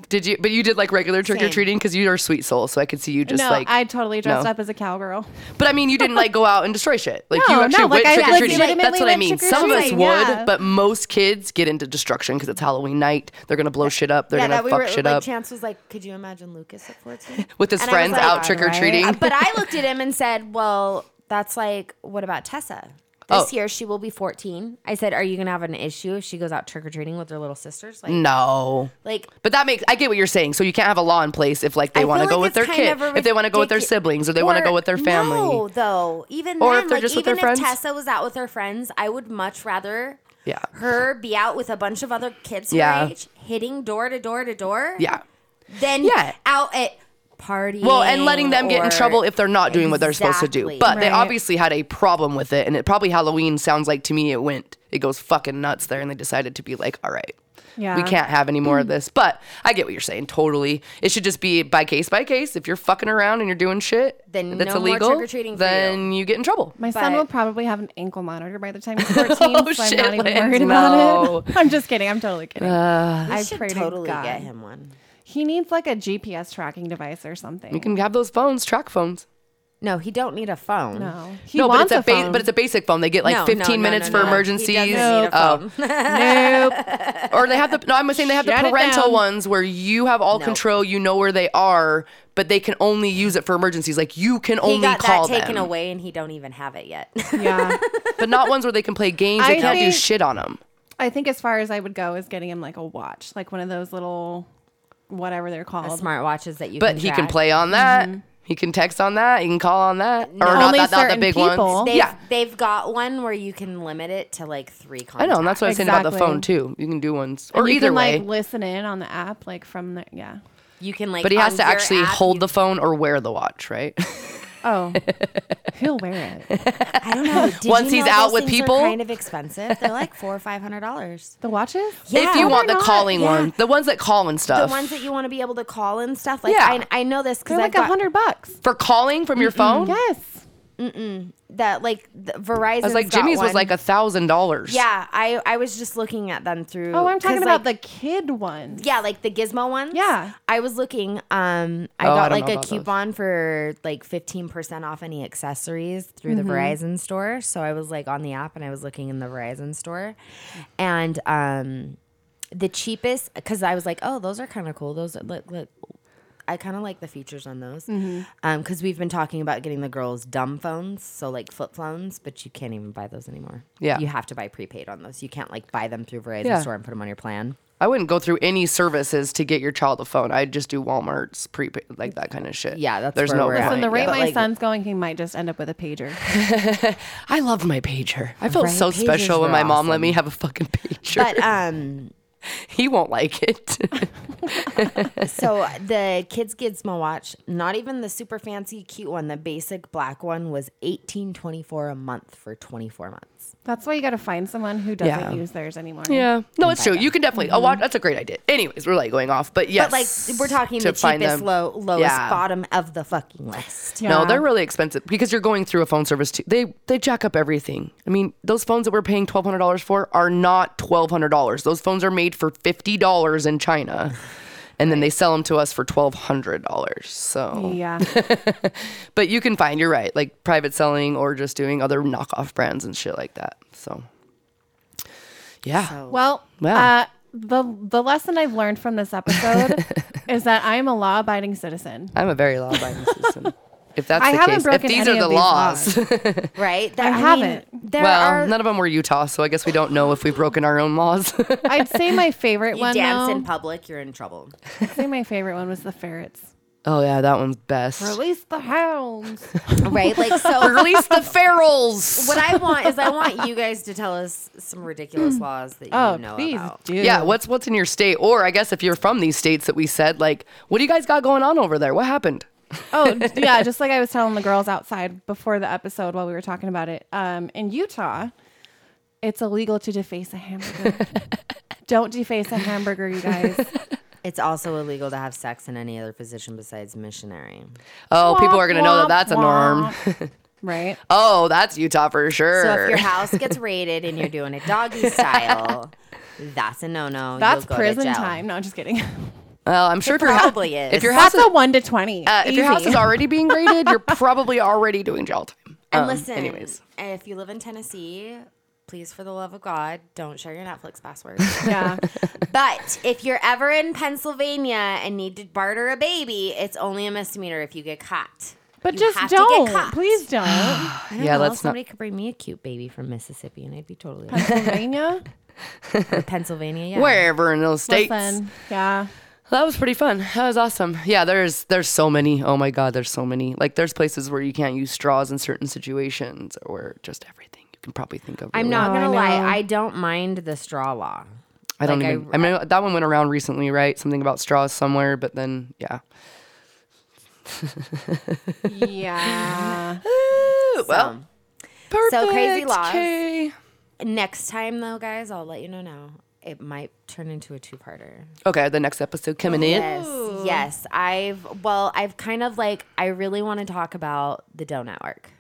[SPEAKER 5] Did you? But you did like regular trick or treating because you are a sweet soul, so I could see you just
[SPEAKER 6] no,
[SPEAKER 5] like.
[SPEAKER 6] I totally dressed
[SPEAKER 5] no.
[SPEAKER 6] up as a cowgirl.
[SPEAKER 5] But I mean, you didn't like go out and destroy shit. Like you
[SPEAKER 6] No,
[SPEAKER 5] actually
[SPEAKER 6] no,
[SPEAKER 5] went
[SPEAKER 6] like, I
[SPEAKER 5] trick or treating.
[SPEAKER 6] legitimately
[SPEAKER 5] That's what I
[SPEAKER 6] went
[SPEAKER 5] mean. Some of us would,
[SPEAKER 6] trick-or-treating, yeah.
[SPEAKER 5] but most kids get into destruction because it's Halloween night. They're gonna blow shit up. They're
[SPEAKER 4] yeah,
[SPEAKER 5] gonna
[SPEAKER 4] that we
[SPEAKER 5] fuck
[SPEAKER 4] were
[SPEAKER 5] shit
[SPEAKER 4] like
[SPEAKER 5] up
[SPEAKER 4] Chance was like, could you imagine Lucas at 14
[SPEAKER 5] with his
[SPEAKER 4] And I was
[SPEAKER 5] friends
[SPEAKER 4] like,
[SPEAKER 5] out
[SPEAKER 4] "God,
[SPEAKER 5] trick or treating.
[SPEAKER 4] Uh, but I looked at him and said, "Well, that's like, what about Tessa? This
[SPEAKER 5] Oh.
[SPEAKER 4] year she will be 14." I said, "Are you gonna have an issue if she goes out trick or treating with her little sisters?"
[SPEAKER 5] Mm.
[SPEAKER 4] Like,
[SPEAKER 5] no.
[SPEAKER 4] like
[SPEAKER 5] But that makes I get what you're saying. So you can't have a law in place if like
[SPEAKER 4] I
[SPEAKER 5] they
[SPEAKER 4] feel
[SPEAKER 5] want to
[SPEAKER 4] like
[SPEAKER 5] go with
[SPEAKER 4] it's
[SPEAKER 5] their
[SPEAKER 4] kind
[SPEAKER 5] kid,
[SPEAKER 4] of a
[SPEAKER 5] if they want to go with their
[SPEAKER 4] ridicu-
[SPEAKER 5] siblings, or they want to
[SPEAKER 4] or-
[SPEAKER 5] go with their family.
[SPEAKER 4] No, though, even
[SPEAKER 5] Or if
[SPEAKER 4] then,
[SPEAKER 5] they're
[SPEAKER 4] like,
[SPEAKER 5] just with
[SPEAKER 4] even
[SPEAKER 5] their friends.
[SPEAKER 4] if Tessa was out with her friends, I would much rather.
[SPEAKER 5] Yeah.
[SPEAKER 4] Her be out with a bunch of other kids her
[SPEAKER 5] Yeah.
[SPEAKER 4] age, hitting door to door to door.
[SPEAKER 5] Yeah.
[SPEAKER 4] Then
[SPEAKER 5] Yeah.
[SPEAKER 4] out at party.
[SPEAKER 5] Well, and letting them get in trouble if they're not doing what they're supposed to do.
[SPEAKER 4] Exactly.
[SPEAKER 5] But they
[SPEAKER 6] Right.
[SPEAKER 5] obviously had a problem with it, and it probably Halloween sounds like to me it went it goes fucking nuts there, and they decided to be like, all right.
[SPEAKER 6] Yeah.
[SPEAKER 5] We can't have any
[SPEAKER 4] Mm.
[SPEAKER 5] more of this. But I get what you're saying. Totally. It should just be by case by case. If you're fucking around and you're doing shit
[SPEAKER 4] Then
[SPEAKER 5] that's
[SPEAKER 4] no more
[SPEAKER 5] illegal,
[SPEAKER 4] trick-or-treating for
[SPEAKER 5] then you. get in trouble.
[SPEAKER 6] My son
[SPEAKER 4] But-
[SPEAKER 6] will probably have an ankle monitor by the time he's 14, so
[SPEAKER 5] Oh, shit,
[SPEAKER 6] I'm not even
[SPEAKER 5] Lance,
[SPEAKER 6] worried about
[SPEAKER 5] no. Uh.
[SPEAKER 6] it. I'm just kidding. I'm totally kidding.
[SPEAKER 4] I
[SPEAKER 6] should pray to totally God. get
[SPEAKER 4] him one.
[SPEAKER 6] he needs like a GPS tracking device or something.
[SPEAKER 5] You can have those phones, track phones.
[SPEAKER 4] No, he don't need a phone.
[SPEAKER 6] no, he
[SPEAKER 5] Oh. no,
[SPEAKER 6] wants
[SPEAKER 5] but it's a,
[SPEAKER 6] phone.
[SPEAKER 5] ba- but it's a basic phone. They get like
[SPEAKER 4] No, no,
[SPEAKER 5] 15
[SPEAKER 4] no,
[SPEAKER 5] minutes
[SPEAKER 4] no,
[SPEAKER 5] for
[SPEAKER 4] no.
[SPEAKER 5] emergencies.
[SPEAKER 4] He doesn't need a
[SPEAKER 5] Oh.
[SPEAKER 6] nope.
[SPEAKER 5] or they have the no. I'm saying they have
[SPEAKER 6] Shut
[SPEAKER 5] the
[SPEAKER 6] it
[SPEAKER 5] parental
[SPEAKER 6] down.
[SPEAKER 5] ones where you have all control. You know where they are, but they can only use it for emergencies. Like you can
[SPEAKER 4] He
[SPEAKER 5] only
[SPEAKER 4] got
[SPEAKER 5] call
[SPEAKER 4] that taken
[SPEAKER 5] them,
[SPEAKER 4] away, and he don't even have it yet.
[SPEAKER 6] yeah.
[SPEAKER 5] but not ones where they can play games. They
[SPEAKER 6] I
[SPEAKER 5] can't do
[SPEAKER 6] think-
[SPEAKER 5] shit on them.
[SPEAKER 6] I think as far as I would go is getting him like a watch, like one of those little whatever they're called.
[SPEAKER 4] Smartwatches that you.
[SPEAKER 5] But he can
[SPEAKER 4] track.
[SPEAKER 5] play on that. He can text on that. He can call on that. Or not
[SPEAKER 6] Mm-hmm. Only
[SPEAKER 5] that, not the
[SPEAKER 6] certain
[SPEAKER 5] big
[SPEAKER 6] people.
[SPEAKER 5] ones.
[SPEAKER 4] They've,
[SPEAKER 5] yeah,
[SPEAKER 4] they've got one where you can limit it to like three. Contacts.
[SPEAKER 5] I know. And that's what I was saying about the
[SPEAKER 6] Exactly.
[SPEAKER 5] phone too. You can do ones
[SPEAKER 6] And
[SPEAKER 5] or
[SPEAKER 6] you
[SPEAKER 5] either
[SPEAKER 6] can,
[SPEAKER 5] way.
[SPEAKER 6] like listen in on the app, like from the yeah.
[SPEAKER 4] you can like.
[SPEAKER 5] but he has
[SPEAKER 4] on
[SPEAKER 5] to
[SPEAKER 4] your
[SPEAKER 5] actually
[SPEAKER 4] app,
[SPEAKER 5] hold
[SPEAKER 4] you-
[SPEAKER 5] the phone or wear the watch, right?
[SPEAKER 6] Oh, he'll wear it.
[SPEAKER 4] I don't know. Did
[SPEAKER 5] Once
[SPEAKER 4] you
[SPEAKER 5] he's
[SPEAKER 4] know
[SPEAKER 5] out
[SPEAKER 4] those
[SPEAKER 5] with
[SPEAKER 4] things are
[SPEAKER 5] people-
[SPEAKER 4] kind of expensive. They're like four or five hundred dollars.
[SPEAKER 6] The watches?
[SPEAKER 5] if you
[SPEAKER 4] Yeah.
[SPEAKER 5] want the
[SPEAKER 6] Why not?
[SPEAKER 5] calling
[SPEAKER 4] Yeah.
[SPEAKER 5] one, the ones that call and
[SPEAKER 4] The
[SPEAKER 5] stuff.
[SPEAKER 4] ones that you want to be able to call and stuff. Like
[SPEAKER 5] Yeah.
[SPEAKER 4] I, I know this because
[SPEAKER 6] They're
[SPEAKER 4] I
[SPEAKER 6] like a
[SPEAKER 4] got
[SPEAKER 6] hundred bucks.
[SPEAKER 5] for calling from your phone,
[SPEAKER 6] Yes.
[SPEAKER 4] that like the Verizon.
[SPEAKER 5] I was like, Jimmy's was like a thousand dollars.
[SPEAKER 4] Yeah, I I was just looking at them through.
[SPEAKER 6] Oh, I'm
[SPEAKER 4] 'cause,
[SPEAKER 6] talking about
[SPEAKER 4] like,
[SPEAKER 6] the kid ones.
[SPEAKER 4] yeah, like the Gizmo ones.
[SPEAKER 6] Yeah.
[SPEAKER 4] I was looking. Um, I
[SPEAKER 5] Oh, I
[SPEAKER 4] got
[SPEAKER 5] don't know
[SPEAKER 4] like a
[SPEAKER 5] about those.
[SPEAKER 4] coupon for like fifteen percent off any accessories through the Verizon store. So I was like on the app and I was looking in the Verizon store, and um, the cheapest because I was like, oh, those are kind of cool. Those are, look look. I kind of like the features on those because we've been talking about getting the girls dumb phones, so like flip phones, but you can't even buy those anymore.
[SPEAKER 5] Yeah.
[SPEAKER 4] you have to buy prepaid on those. You can't like buy them through Verizon
[SPEAKER 5] Yeah.
[SPEAKER 4] store and put them on your plan.
[SPEAKER 5] I wouldn't go through any services to get your child a phone. I'd just do Walmart's prepaid, like that kind of shit.
[SPEAKER 4] Yeah, that's
[SPEAKER 5] there's
[SPEAKER 4] where
[SPEAKER 5] no
[SPEAKER 4] we're at.
[SPEAKER 6] Listen,
[SPEAKER 5] point,
[SPEAKER 6] the rate
[SPEAKER 5] yeah.
[SPEAKER 6] my
[SPEAKER 4] like-
[SPEAKER 6] son's going, he might just end up with a pager.
[SPEAKER 5] I loved my pager. I felt
[SPEAKER 4] Right?
[SPEAKER 5] so
[SPEAKER 4] Pagers
[SPEAKER 5] special when
[SPEAKER 4] were
[SPEAKER 5] my mom let
[SPEAKER 4] awesome.
[SPEAKER 5] me have a fucking pager.
[SPEAKER 4] But um,
[SPEAKER 5] he won't like it.
[SPEAKER 4] so the kids Gizmo watch, not even the super fancy cute one, the basic black one was eighteen twenty four a month for twenty four months.
[SPEAKER 6] That's why you got to find someone who doesn't
[SPEAKER 5] Yeah.
[SPEAKER 6] use theirs anymore.
[SPEAKER 5] yeah, no, it's true. You can definitely. Oh, watch. That's a great idea. Anyways, we're like going off, but yes,
[SPEAKER 4] Mm-hmm. But like we're talking
[SPEAKER 5] to
[SPEAKER 4] the
[SPEAKER 5] find
[SPEAKER 4] cheapest,
[SPEAKER 5] them.
[SPEAKER 4] low, lowest
[SPEAKER 5] Yeah.
[SPEAKER 4] bottom of the fucking list.
[SPEAKER 5] No,
[SPEAKER 6] Yeah.
[SPEAKER 5] they're really expensive because you're going through a phone service too. They they jack up everything. I mean, those phones that we're paying twelve hundred dollars for are not twelve hundred dollars. Those phones are made for fifty dollars in China, and then they sell them to us for twelve hundred dollars. So,
[SPEAKER 6] Yeah.
[SPEAKER 5] but you can find you're right, like private selling or just doing other knockoff brands and shit like that. So, yeah,
[SPEAKER 6] Well,
[SPEAKER 5] Wow.
[SPEAKER 6] uh, the the lesson I've learned from this episode is that I am a law abiding citizen.
[SPEAKER 5] I'm a very law abiding citizen. If that's
[SPEAKER 6] I
[SPEAKER 5] the
[SPEAKER 6] haven't
[SPEAKER 5] case, if
[SPEAKER 6] broken
[SPEAKER 5] these
[SPEAKER 6] any
[SPEAKER 5] are the
[SPEAKER 6] of these
[SPEAKER 5] laws,
[SPEAKER 4] Right?
[SPEAKER 6] I haven't.
[SPEAKER 4] there
[SPEAKER 5] well,
[SPEAKER 4] are
[SPEAKER 5] none of them were Utah, so I guess we don't know if we've broken our own laws.
[SPEAKER 6] I'd say my favorite
[SPEAKER 4] you
[SPEAKER 6] one
[SPEAKER 4] dance in
[SPEAKER 6] though.
[SPEAKER 4] public, you're in trouble.
[SPEAKER 6] I'd say my favorite one was the ferrets.
[SPEAKER 5] oh yeah, that one's best.
[SPEAKER 6] Release the hounds.
[SPEAKER 4] Right? Like so
[SPEAKER 5] Release the ferals.
[SPEAKER 4] what I want is I want you guys to tell us some ridiculous laws that you
[SPEAKER 6] Oh,
[SPEAKER 4] know
[SPEAKER 6] please
[SPEAKER 4] about.
[SPEAKER 6] do.
[SPEAKER 5] Yeah, what's what's in your state? Or I guess if you're from these states that we said, like, what do you guys got going on over there? What happened?
[SPEAKER 6] Oh, d- yeah. Just like I was telling the girls outside before the episode while we were talking about it. Um, in Utah, it's illegal to deface a hamburger. Don't deface a hamburger, you guys.
[SPEAKER 4] It's also illegal to have sex in any other position besides missionary.
[SPEAKER 5] Oh, people are gonna know that that's a norm.
[SPEAKER 6] right?
[SPEAKER 5] Oh, that's Utah for sure.
[SPEAKER 4] So if your house gets raided and you're doing it doggy style, that's a no no.
[SPEAKER 6] That's prison time. No, I'm just kidding.
[SPEAKER 5] Well, I'm sure if your hou-
[SPEAKER 4] probably is.
[SPEAKER 5] If your house
[SPEAKER 6] That's
[SPEAKER 5] is,
[SPEAKER 6] a one to twenty.
[SPEAKER 5] uh, if your house
[SPEAKER 6] Easy.
[SPEAKER 5] is already being graded, you're probably already doing jail time.
[SPEAKER 4] And
[SPEAKER 5] Um,
[SPEAKER 4] listen,
[SPEAKER 5] anyways.
[SPEAKER 4] if you live in Tennessee, please, for the love of God, don't share your Netflix password.
[SPEAKER 6] yeah,
[SPEAKER 4] but if you're ever in Pennsylvania and need to barter a baby, it's only a misdemeanor if you get caught.
[SPEAKER 6] but
[SPEAKER 4] You
[SPEAKER 6] just
[SPEAKER 4] have to get
[SPEAKER 6] don't.
[SPEAKER 4] caught.
[SPEAKER 6] Please don't.
[SPEAKER 4] I don't
[SPEAKER 5] Yeah,
[SPEAKER 4] know,
[SPEAKER 5] let's not-
[SPEAKER 4] somebody could bring me a cute baby from Mississippi, and I'd be totally okay.
[SPEAKER 6] Pennsylvania.
[SPEAKER 4] Pennsylvania. Yeah.
[SPEAKER 5] Wherever in those states.
[SPEAKER 6] Listen, yeah.
[SPEAKER 5] That was pretty fun. That was awesome. Yeah, there's there's so many. Oh my god, there's so many. Like there's places where you can't use straws in certain situations or just everything you can probably think of.
[SPEAKER 4] I'm
[SPEAKER 5] really.
[SPEAKER 4] not
[SPEAKER 6] I
[SPEAKER 4] gonna lie,
[SPEAKER 6] know.
[SPEAKER 4] I don't mind the straw law.
[SPEAKER 5] I don't
[SPEAKER 4] like, I-
[SPEAKER 5] even. I, mean, that one went around recently, right? Something about straws somewhere, but then yeah.
[SPEAKER 6] Yeah.
[SPEAKER 5] well, perfect.
[SPEAKER 4] so crazy laws.
[SPEAKER 5] Okay.
[SPEAKER 4] Next time though, guys, I'll let you know now. It might turn into a two-parter.
[SPEAKER 5] Okay, the next episode coming in.
[SPEAKER 4] Yes, yes. I've well, I've kind of like I really want to talk about the Doe Network.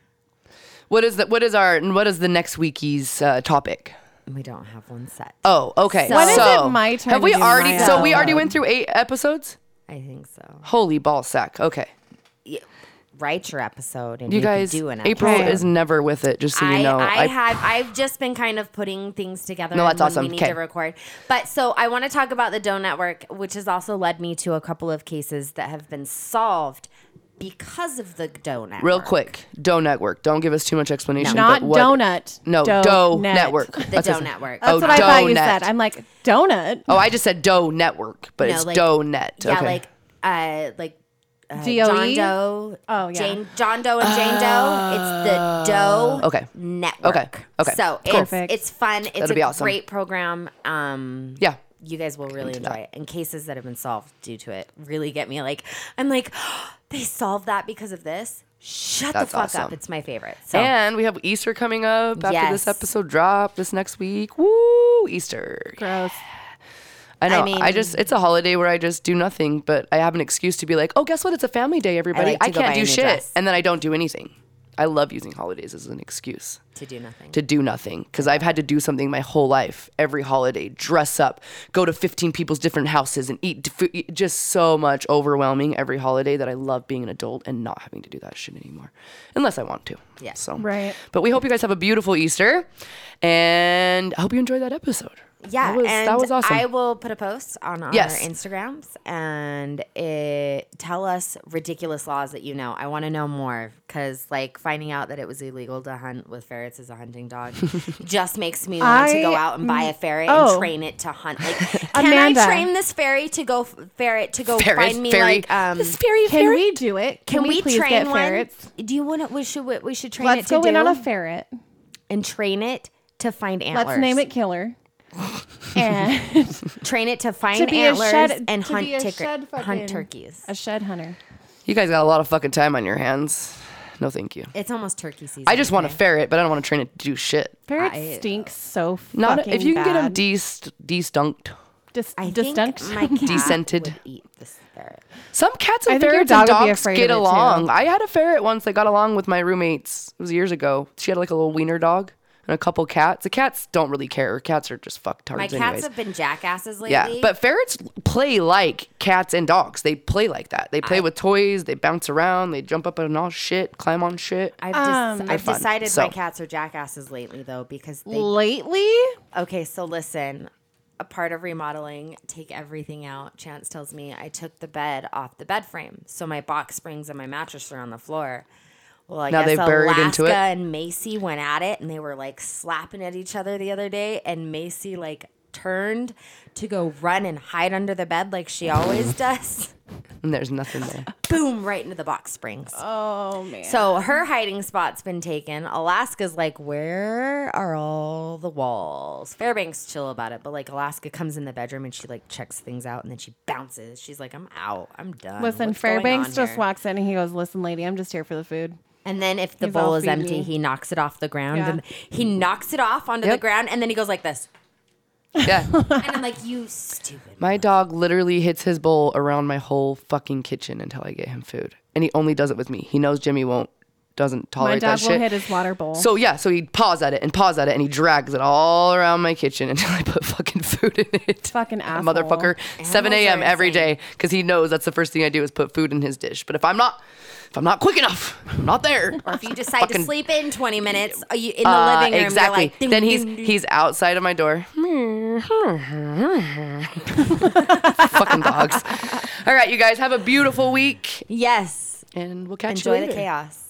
[SPEAKER 5] What is the what is our and what is the next weekie's uh, topic?
[SPEAKER 4] We don't have one set.
[SPEAKER 5] Oh, okay.
[SPEAKER 4] So- When is it
[SPEAKER 6] my
[SPEAKER 5] Have
[SPEAKER 6] turn
[SPEAKER 5] we
[SPEAKER 6] to do
[SPEAKER 5] already?
[SPEAKER 6] my
[SPEAKER 5] So we already
[SPEAKER 6] episode?
[SPEAKER 5] went through eight episodes.
[SPEAKER 4] I think so.
[SPEAKER 5] Holy ball sack. Okay.
[SPEAKER 4] Write your episode, and
[SPEAKER 5] You
[SPEAKER 4] you,
[SPEAKER 5] guys,
[SPEAKER 4] can do an
[SPEAKER 5] April
[SPEAKER 4] episode.
[SPEAKER 5] is never with it. Just so you
[SPEAKER 4] I,
[SPEAKER 5] know,
[SPEAKER 4] I, have. I've just been kind of putting things together.
[SPEAKER 5] No,
[SPEAKER 4] and
[SPEAKER 5] that's
[SPEAKER 4] when
[SPEAKER 5] awesome.
[SPEAKER 4] We need
[SPEAKER 5] Okay.
[SPEAKER 4] to record, but so I want to talk about the Doe Network, which has also led me to a couple of cases that have been solved because of the Doe Network.
[SPEAKER 5] real quick. Doe Network. Don't give us too much explanation.
[SPEAKER 6] Not
[SPEAKER 5] but what-
[SPEAKER 6] donut.
[SPEAKER 5] No,
[SPEAKER 6] Doughnut.
[SPEAKER 5] Doe Network.
[SPEAKER 4] The
[SPEAKER 5] That's
[SPEAKER 4] Doe
[SPEAKER 5] what-
[SPEAKER 4] Network.
[SPEAKER 6] That's
[SPEAKER 5] Oh,
[SPEAKER 6] what I thought you
[SPEAKER 5] donut.
[SPEAKER 6] said. I'm like donut.
[SPEAKER 5] Oh, I just said Doe Network, but
[SPEAKER 4] No,
[SPEAKER 5] it's
[SPEAKER 4] like-
[SPEAKER 5] Doe Net.
[SPEAKER 4] Yeah,
[SPEAKER 5] okay.
[SPEAKER 4] like uh, like uh,
[SPEAKER 6] DOE?
[SPEAKER 4] John Doe.
[SPEAKER 6] Oh, yeah.
[SPEAKER 4] Jane, John Doe and Jane Doe. It's the Doe
[SPEAKER 5] Oh. Okay.
[SPEAKER 4] Network.
[SPEAKER 5] Okay. Okay.
[SPEAKER 4] So
[SPEAKER 5] Cool.
[SPEAKER 4] it's
[SPEAKER 6] Perfect.
[SPEAKER 4] it's fun. It's
[SPEAKER 5] That'll
[SPEAKER 4] a
[SPEAKER 5] be awesome.
[SPEAKER 4] great program. Um,
[SPEAKER 5] Yeah.
[SPEAKER 4] You guys will really enjoy it. And cases that have been solved due to it really get me like I'm like they solved that because of this. Shut
[SPEAKER 5] That's
[SPEAKER 4] the fuck
[SPEAKER 5] awesome.
[SPEAKER 4] up. It's my favorite. So
[SPEAKER 5] And we have Easter coming up after
[SPEAKER 4] Yes.
[SPEAKER 5] this episode drop this next week. Woo, Easter.
[SPEAKER 6] Gross.
[SPEAKER 5] I know. I,
[SPEAKER 4] mean-
[SPEAKER 5] just it's a holiday where I just do nothing, but I have an excuse to be like, oh, guess what? It's a family day, everybody. I,
[SPEAKER 4] like to go
[SPEAKER 5] can't
[SPEAKER 4] buy a
[SPEAKER 5] do
[SPEAKER 4] new
[SPEAKER 5] shit,
[SPEAKER 4] dress.
[SPEAKER 5] and then I don't do anything. I love using holidays as an excuse
[SPEAKER 4] to do nothing.
[SPEAKER 5] to do nothing because I've had to do something my whole life. Every holiday, dress up, go to 15 people's different houses, and eat food. Just so much overwhelming every holiday that I love being an adult and not having to do that shit anymore, unless I want to.
[SPEAKER 4] Yeah.
[SPEAKER 5] So
[SPEAKER 6] Right.
[SPEAKER 5] But we hope you guys have a beautiful Easter, and I hope you enjoyed that episode.
[SPEAKER 4] yeah,
[SPEAKER 5] That was,
[SPEAKER 4] and
[SPEAKER 5] that was awesome.
[SPEAKER 4] I will put a post on our
[SPEAKER 5] Yes.
[SPEAKER 4] Instagrams and it, tell us ridiculous laws that you know. I want to know more because, like, finding out that it was illegal to hunt with ferrets as a hunting dog just makes me want to
[SPEAKER 6] I-
[SPEAKER 4] go out and buy a ferret
[SPEAKER 6] oh.
[SPEAKER 4] and train it to hunt. Like, can
[SPEAKER 6] Amanda.
[SPEAKER 4] I train this fairy to go ferret to go
[SPEAKER 5] Ferret,
[SPEAKER 4] find me
[SPEAKER 5] fairy.
[SPEAKER 4] like um?
[SPEAKER 5] This fairy,
[SPEAKER 6] Can
[SPEAKER 5] fairy.
[SPEAKER 6] we do it?
[SPEAKER 4] Can, we,
[SPEAKER 6] please
[SPEAKER 4] train
[SPEAKER 6] get
[SPEAKER 4] one?
[SPEAKER 6] ferrets?
[SPEAKER 4] Do you want to? We should. We should train
[SPEAKER 6] Let's
[SPEAKER 4] it to
[SPEAKER 6] go in
[SPEAKER 4] do
[SPEAKER 6] on a ferret.
[SPEAKER 4] and train it to find antlers.
[SPEAKER 6] Let's name it Killer. and
[SPEAKER 4] Train it to find
[SPEAKER 6] be a
[SPEAKER 4] antlers
[SPEAKER 6] shed-
[SPEAKER 4] and
[SPEAKER 6] to
[SPEAKER 4] hunt,
[SPEAKER 6] be a
[SPEAKER 4] ticker-
[SPEAKER 6] shed fucking-
[SPEAKER 4] hunt turkeys.
[SPEAKER 6] a shed hunter.
[SPEAKER 5] You guys got a lot of fucking time on your hands. No, thank you.
[SPEAKER 4] It's almost turkey season.
[SPEAKER 5] I just want a
[SPEAKER 4] okay?
[SPEAKER 5] ferret, but I don't want to train it to do shit.
[SPEAKER 6] Ferret
[SPEAKER 4] I-
[SPEAKER 6] stinks so
[SPEAKER 5] Not
[SPEAKER 6] fucking
[SPEAKER 5] if you can get them
[SPEAKER 6] bad.
[SPEAKER 5] de destunked.
[SPEAKER 6] Dis-
[SPEAKER 4] I think
[SPEAKER 6] distunked.
[SPEAKER 4] my cat
[SPEAKER 5] Descented.
[SPEAKER 4] would eat this ferret.
[SPEAKER 5] Some cats and
[SPEAKER 6] I think your
[SPEAKER 5] ferrets and
[SPEAKER 6] dog would be
[SPEAKER 5] dogs
[SPEAKER 6] afraid
[SPEAKER 5] get
[SPEAKER 6] of it, too.
[SPEAKER 5] along. I had a ferret once that got along with my roommates. It was years ago. She had like a little wiener dog and a couple cats. The cats don't really care. Cats are just fucktards.
[SPEAKER 4] My cats
[SPEAKER 5] anyways.
[SPEAKER 4] have been jackasses lately.
[SPEAKER 5] yeah, but ferrets play like cats and dogs. They play like that. They play with toys. They bounce around. They jump up on all shit. Climb on shit.
[SPEAKER 4] I've,
[SPEAKER 6] Um,
[SPEAKER 4] just
[SPEAKER 6] They're
[SPEAKER 4] I've
[SPEAKER 5] fun,
[SPEAKER 4] decided
[SPEAKER 5] so.
[SPEAKER 4] my cats are jackasses lately though because they
[SPEAKER 6] Lately,
[SPEAKER 4] okay. So listen, a part of remodeling, take everything out. Chance tells me I took the bed off the bed frame, so my box springs and my mattress are on the floor. Well, I
[SPEAKER 5] Now
[SPEAKER 4] guess
[SPEAKER 5] they've buried
[SPEAKER 4] Alaska
[SPEAKER 5] into it?
[SPEAKER 4] and Macy went at it, and they were like slapping at each other the other day, and Macy like turned to go run and hide under the bed like she always does.
[SPEAKER 5] and there's nothing there.
[SPEAKER 4] boom right into the box springs.
[SPEAKER 6] oh man.
[SPEAKER 4] So her hiding spot's been taken. Alaska's like, where are all the walls? Fairbanks chill about it, but like Alaska comes in the bedroom and she like checks things out and then she bounces. She's like, I'm out. I'm done.
[SPEAKER 6] Listen,
[SPEAKER 4] What's going
[SPEAKER 6] Fairbanks
[SPEAKER 4] on
[SPEAKER 6] just
[SPEAKER 4] here?"
[SPEAKER 6] walks in and he goes, "Listen, lady, I'm just here for the food."
[SPEAKER 4] And then if the
[SPEAKER 6] He's all
[SPEAKER 4] bowl is
[SPEAKER 6] feed
[SPEAKER 4] empty,
[SPEAKER 6] me.
[SPEAKER 4] he knocks it off the ground.
[SPEAKER 6] Yeah.
[SPEAKER 4] And he knocks it off onto the
[SPEAKER 5] Yep.
[SPEAKER 4] ground and then he goes like this.
[SPEAKER 5] Yeah.
[SPEAKER 4] And I'm like, you stupid.
[SPEAKER 5] My dog literally hits his bowl around my whole fucking kitchen until I get him food. And he only does it with me. He knows Jimmy won't doesn't
[SPEAKER 6] My
[SPEAKER 5] tolerate
[SPEAKER 6] dog
[SPEAKER 5] that
[SPEAKER 6] will
[SPEAKER 5] shit.
[SPEAKER 6] hit his water bowl.
[SPEAKER 5] So yeah, so he paws at it and paws at it and he drags it all around my kitchen until I put fucking food in it.
[SPEAKER 6] Fucking asshole.
[SPEAKER 5] motherfucker. Seven
[SPEAKER 4] Animals
[SPEAKER 5] a.m.
[SPEAKER 4] are
[SPEAKER 5] every
[SPEAKER 4] insane.
[SPEAKER 5] day because he knows that's the first thing I do is put food in his dish. But if I'm not, if I'm not quick enough, I'm not there.
[SPEAKER 4] Or if you decide to
[SPEAKER 5] Fucking-
[SPEAKER 4] sleep in 20 minutes uh, you- in the
[SPEAKER 5] Uh,
[SPEAKER 4] living room, you're
[SPEAKER 5] exactly.
[SPEAKER 4] like, ding,
[SPEAKER 5] then he's
[SPEAKER 4] ding, ding.
[SPEAKER 5] he's outside of my door. Fucking dogs. All right, you guys have a beautiful week,
[SPEAKER 4] yes.
[SPEAKER 5] and we'll catch you
[SPEAKER 4] Enjoy
[SPEAKER 5] later.
[SPEAKER 4] the chaos.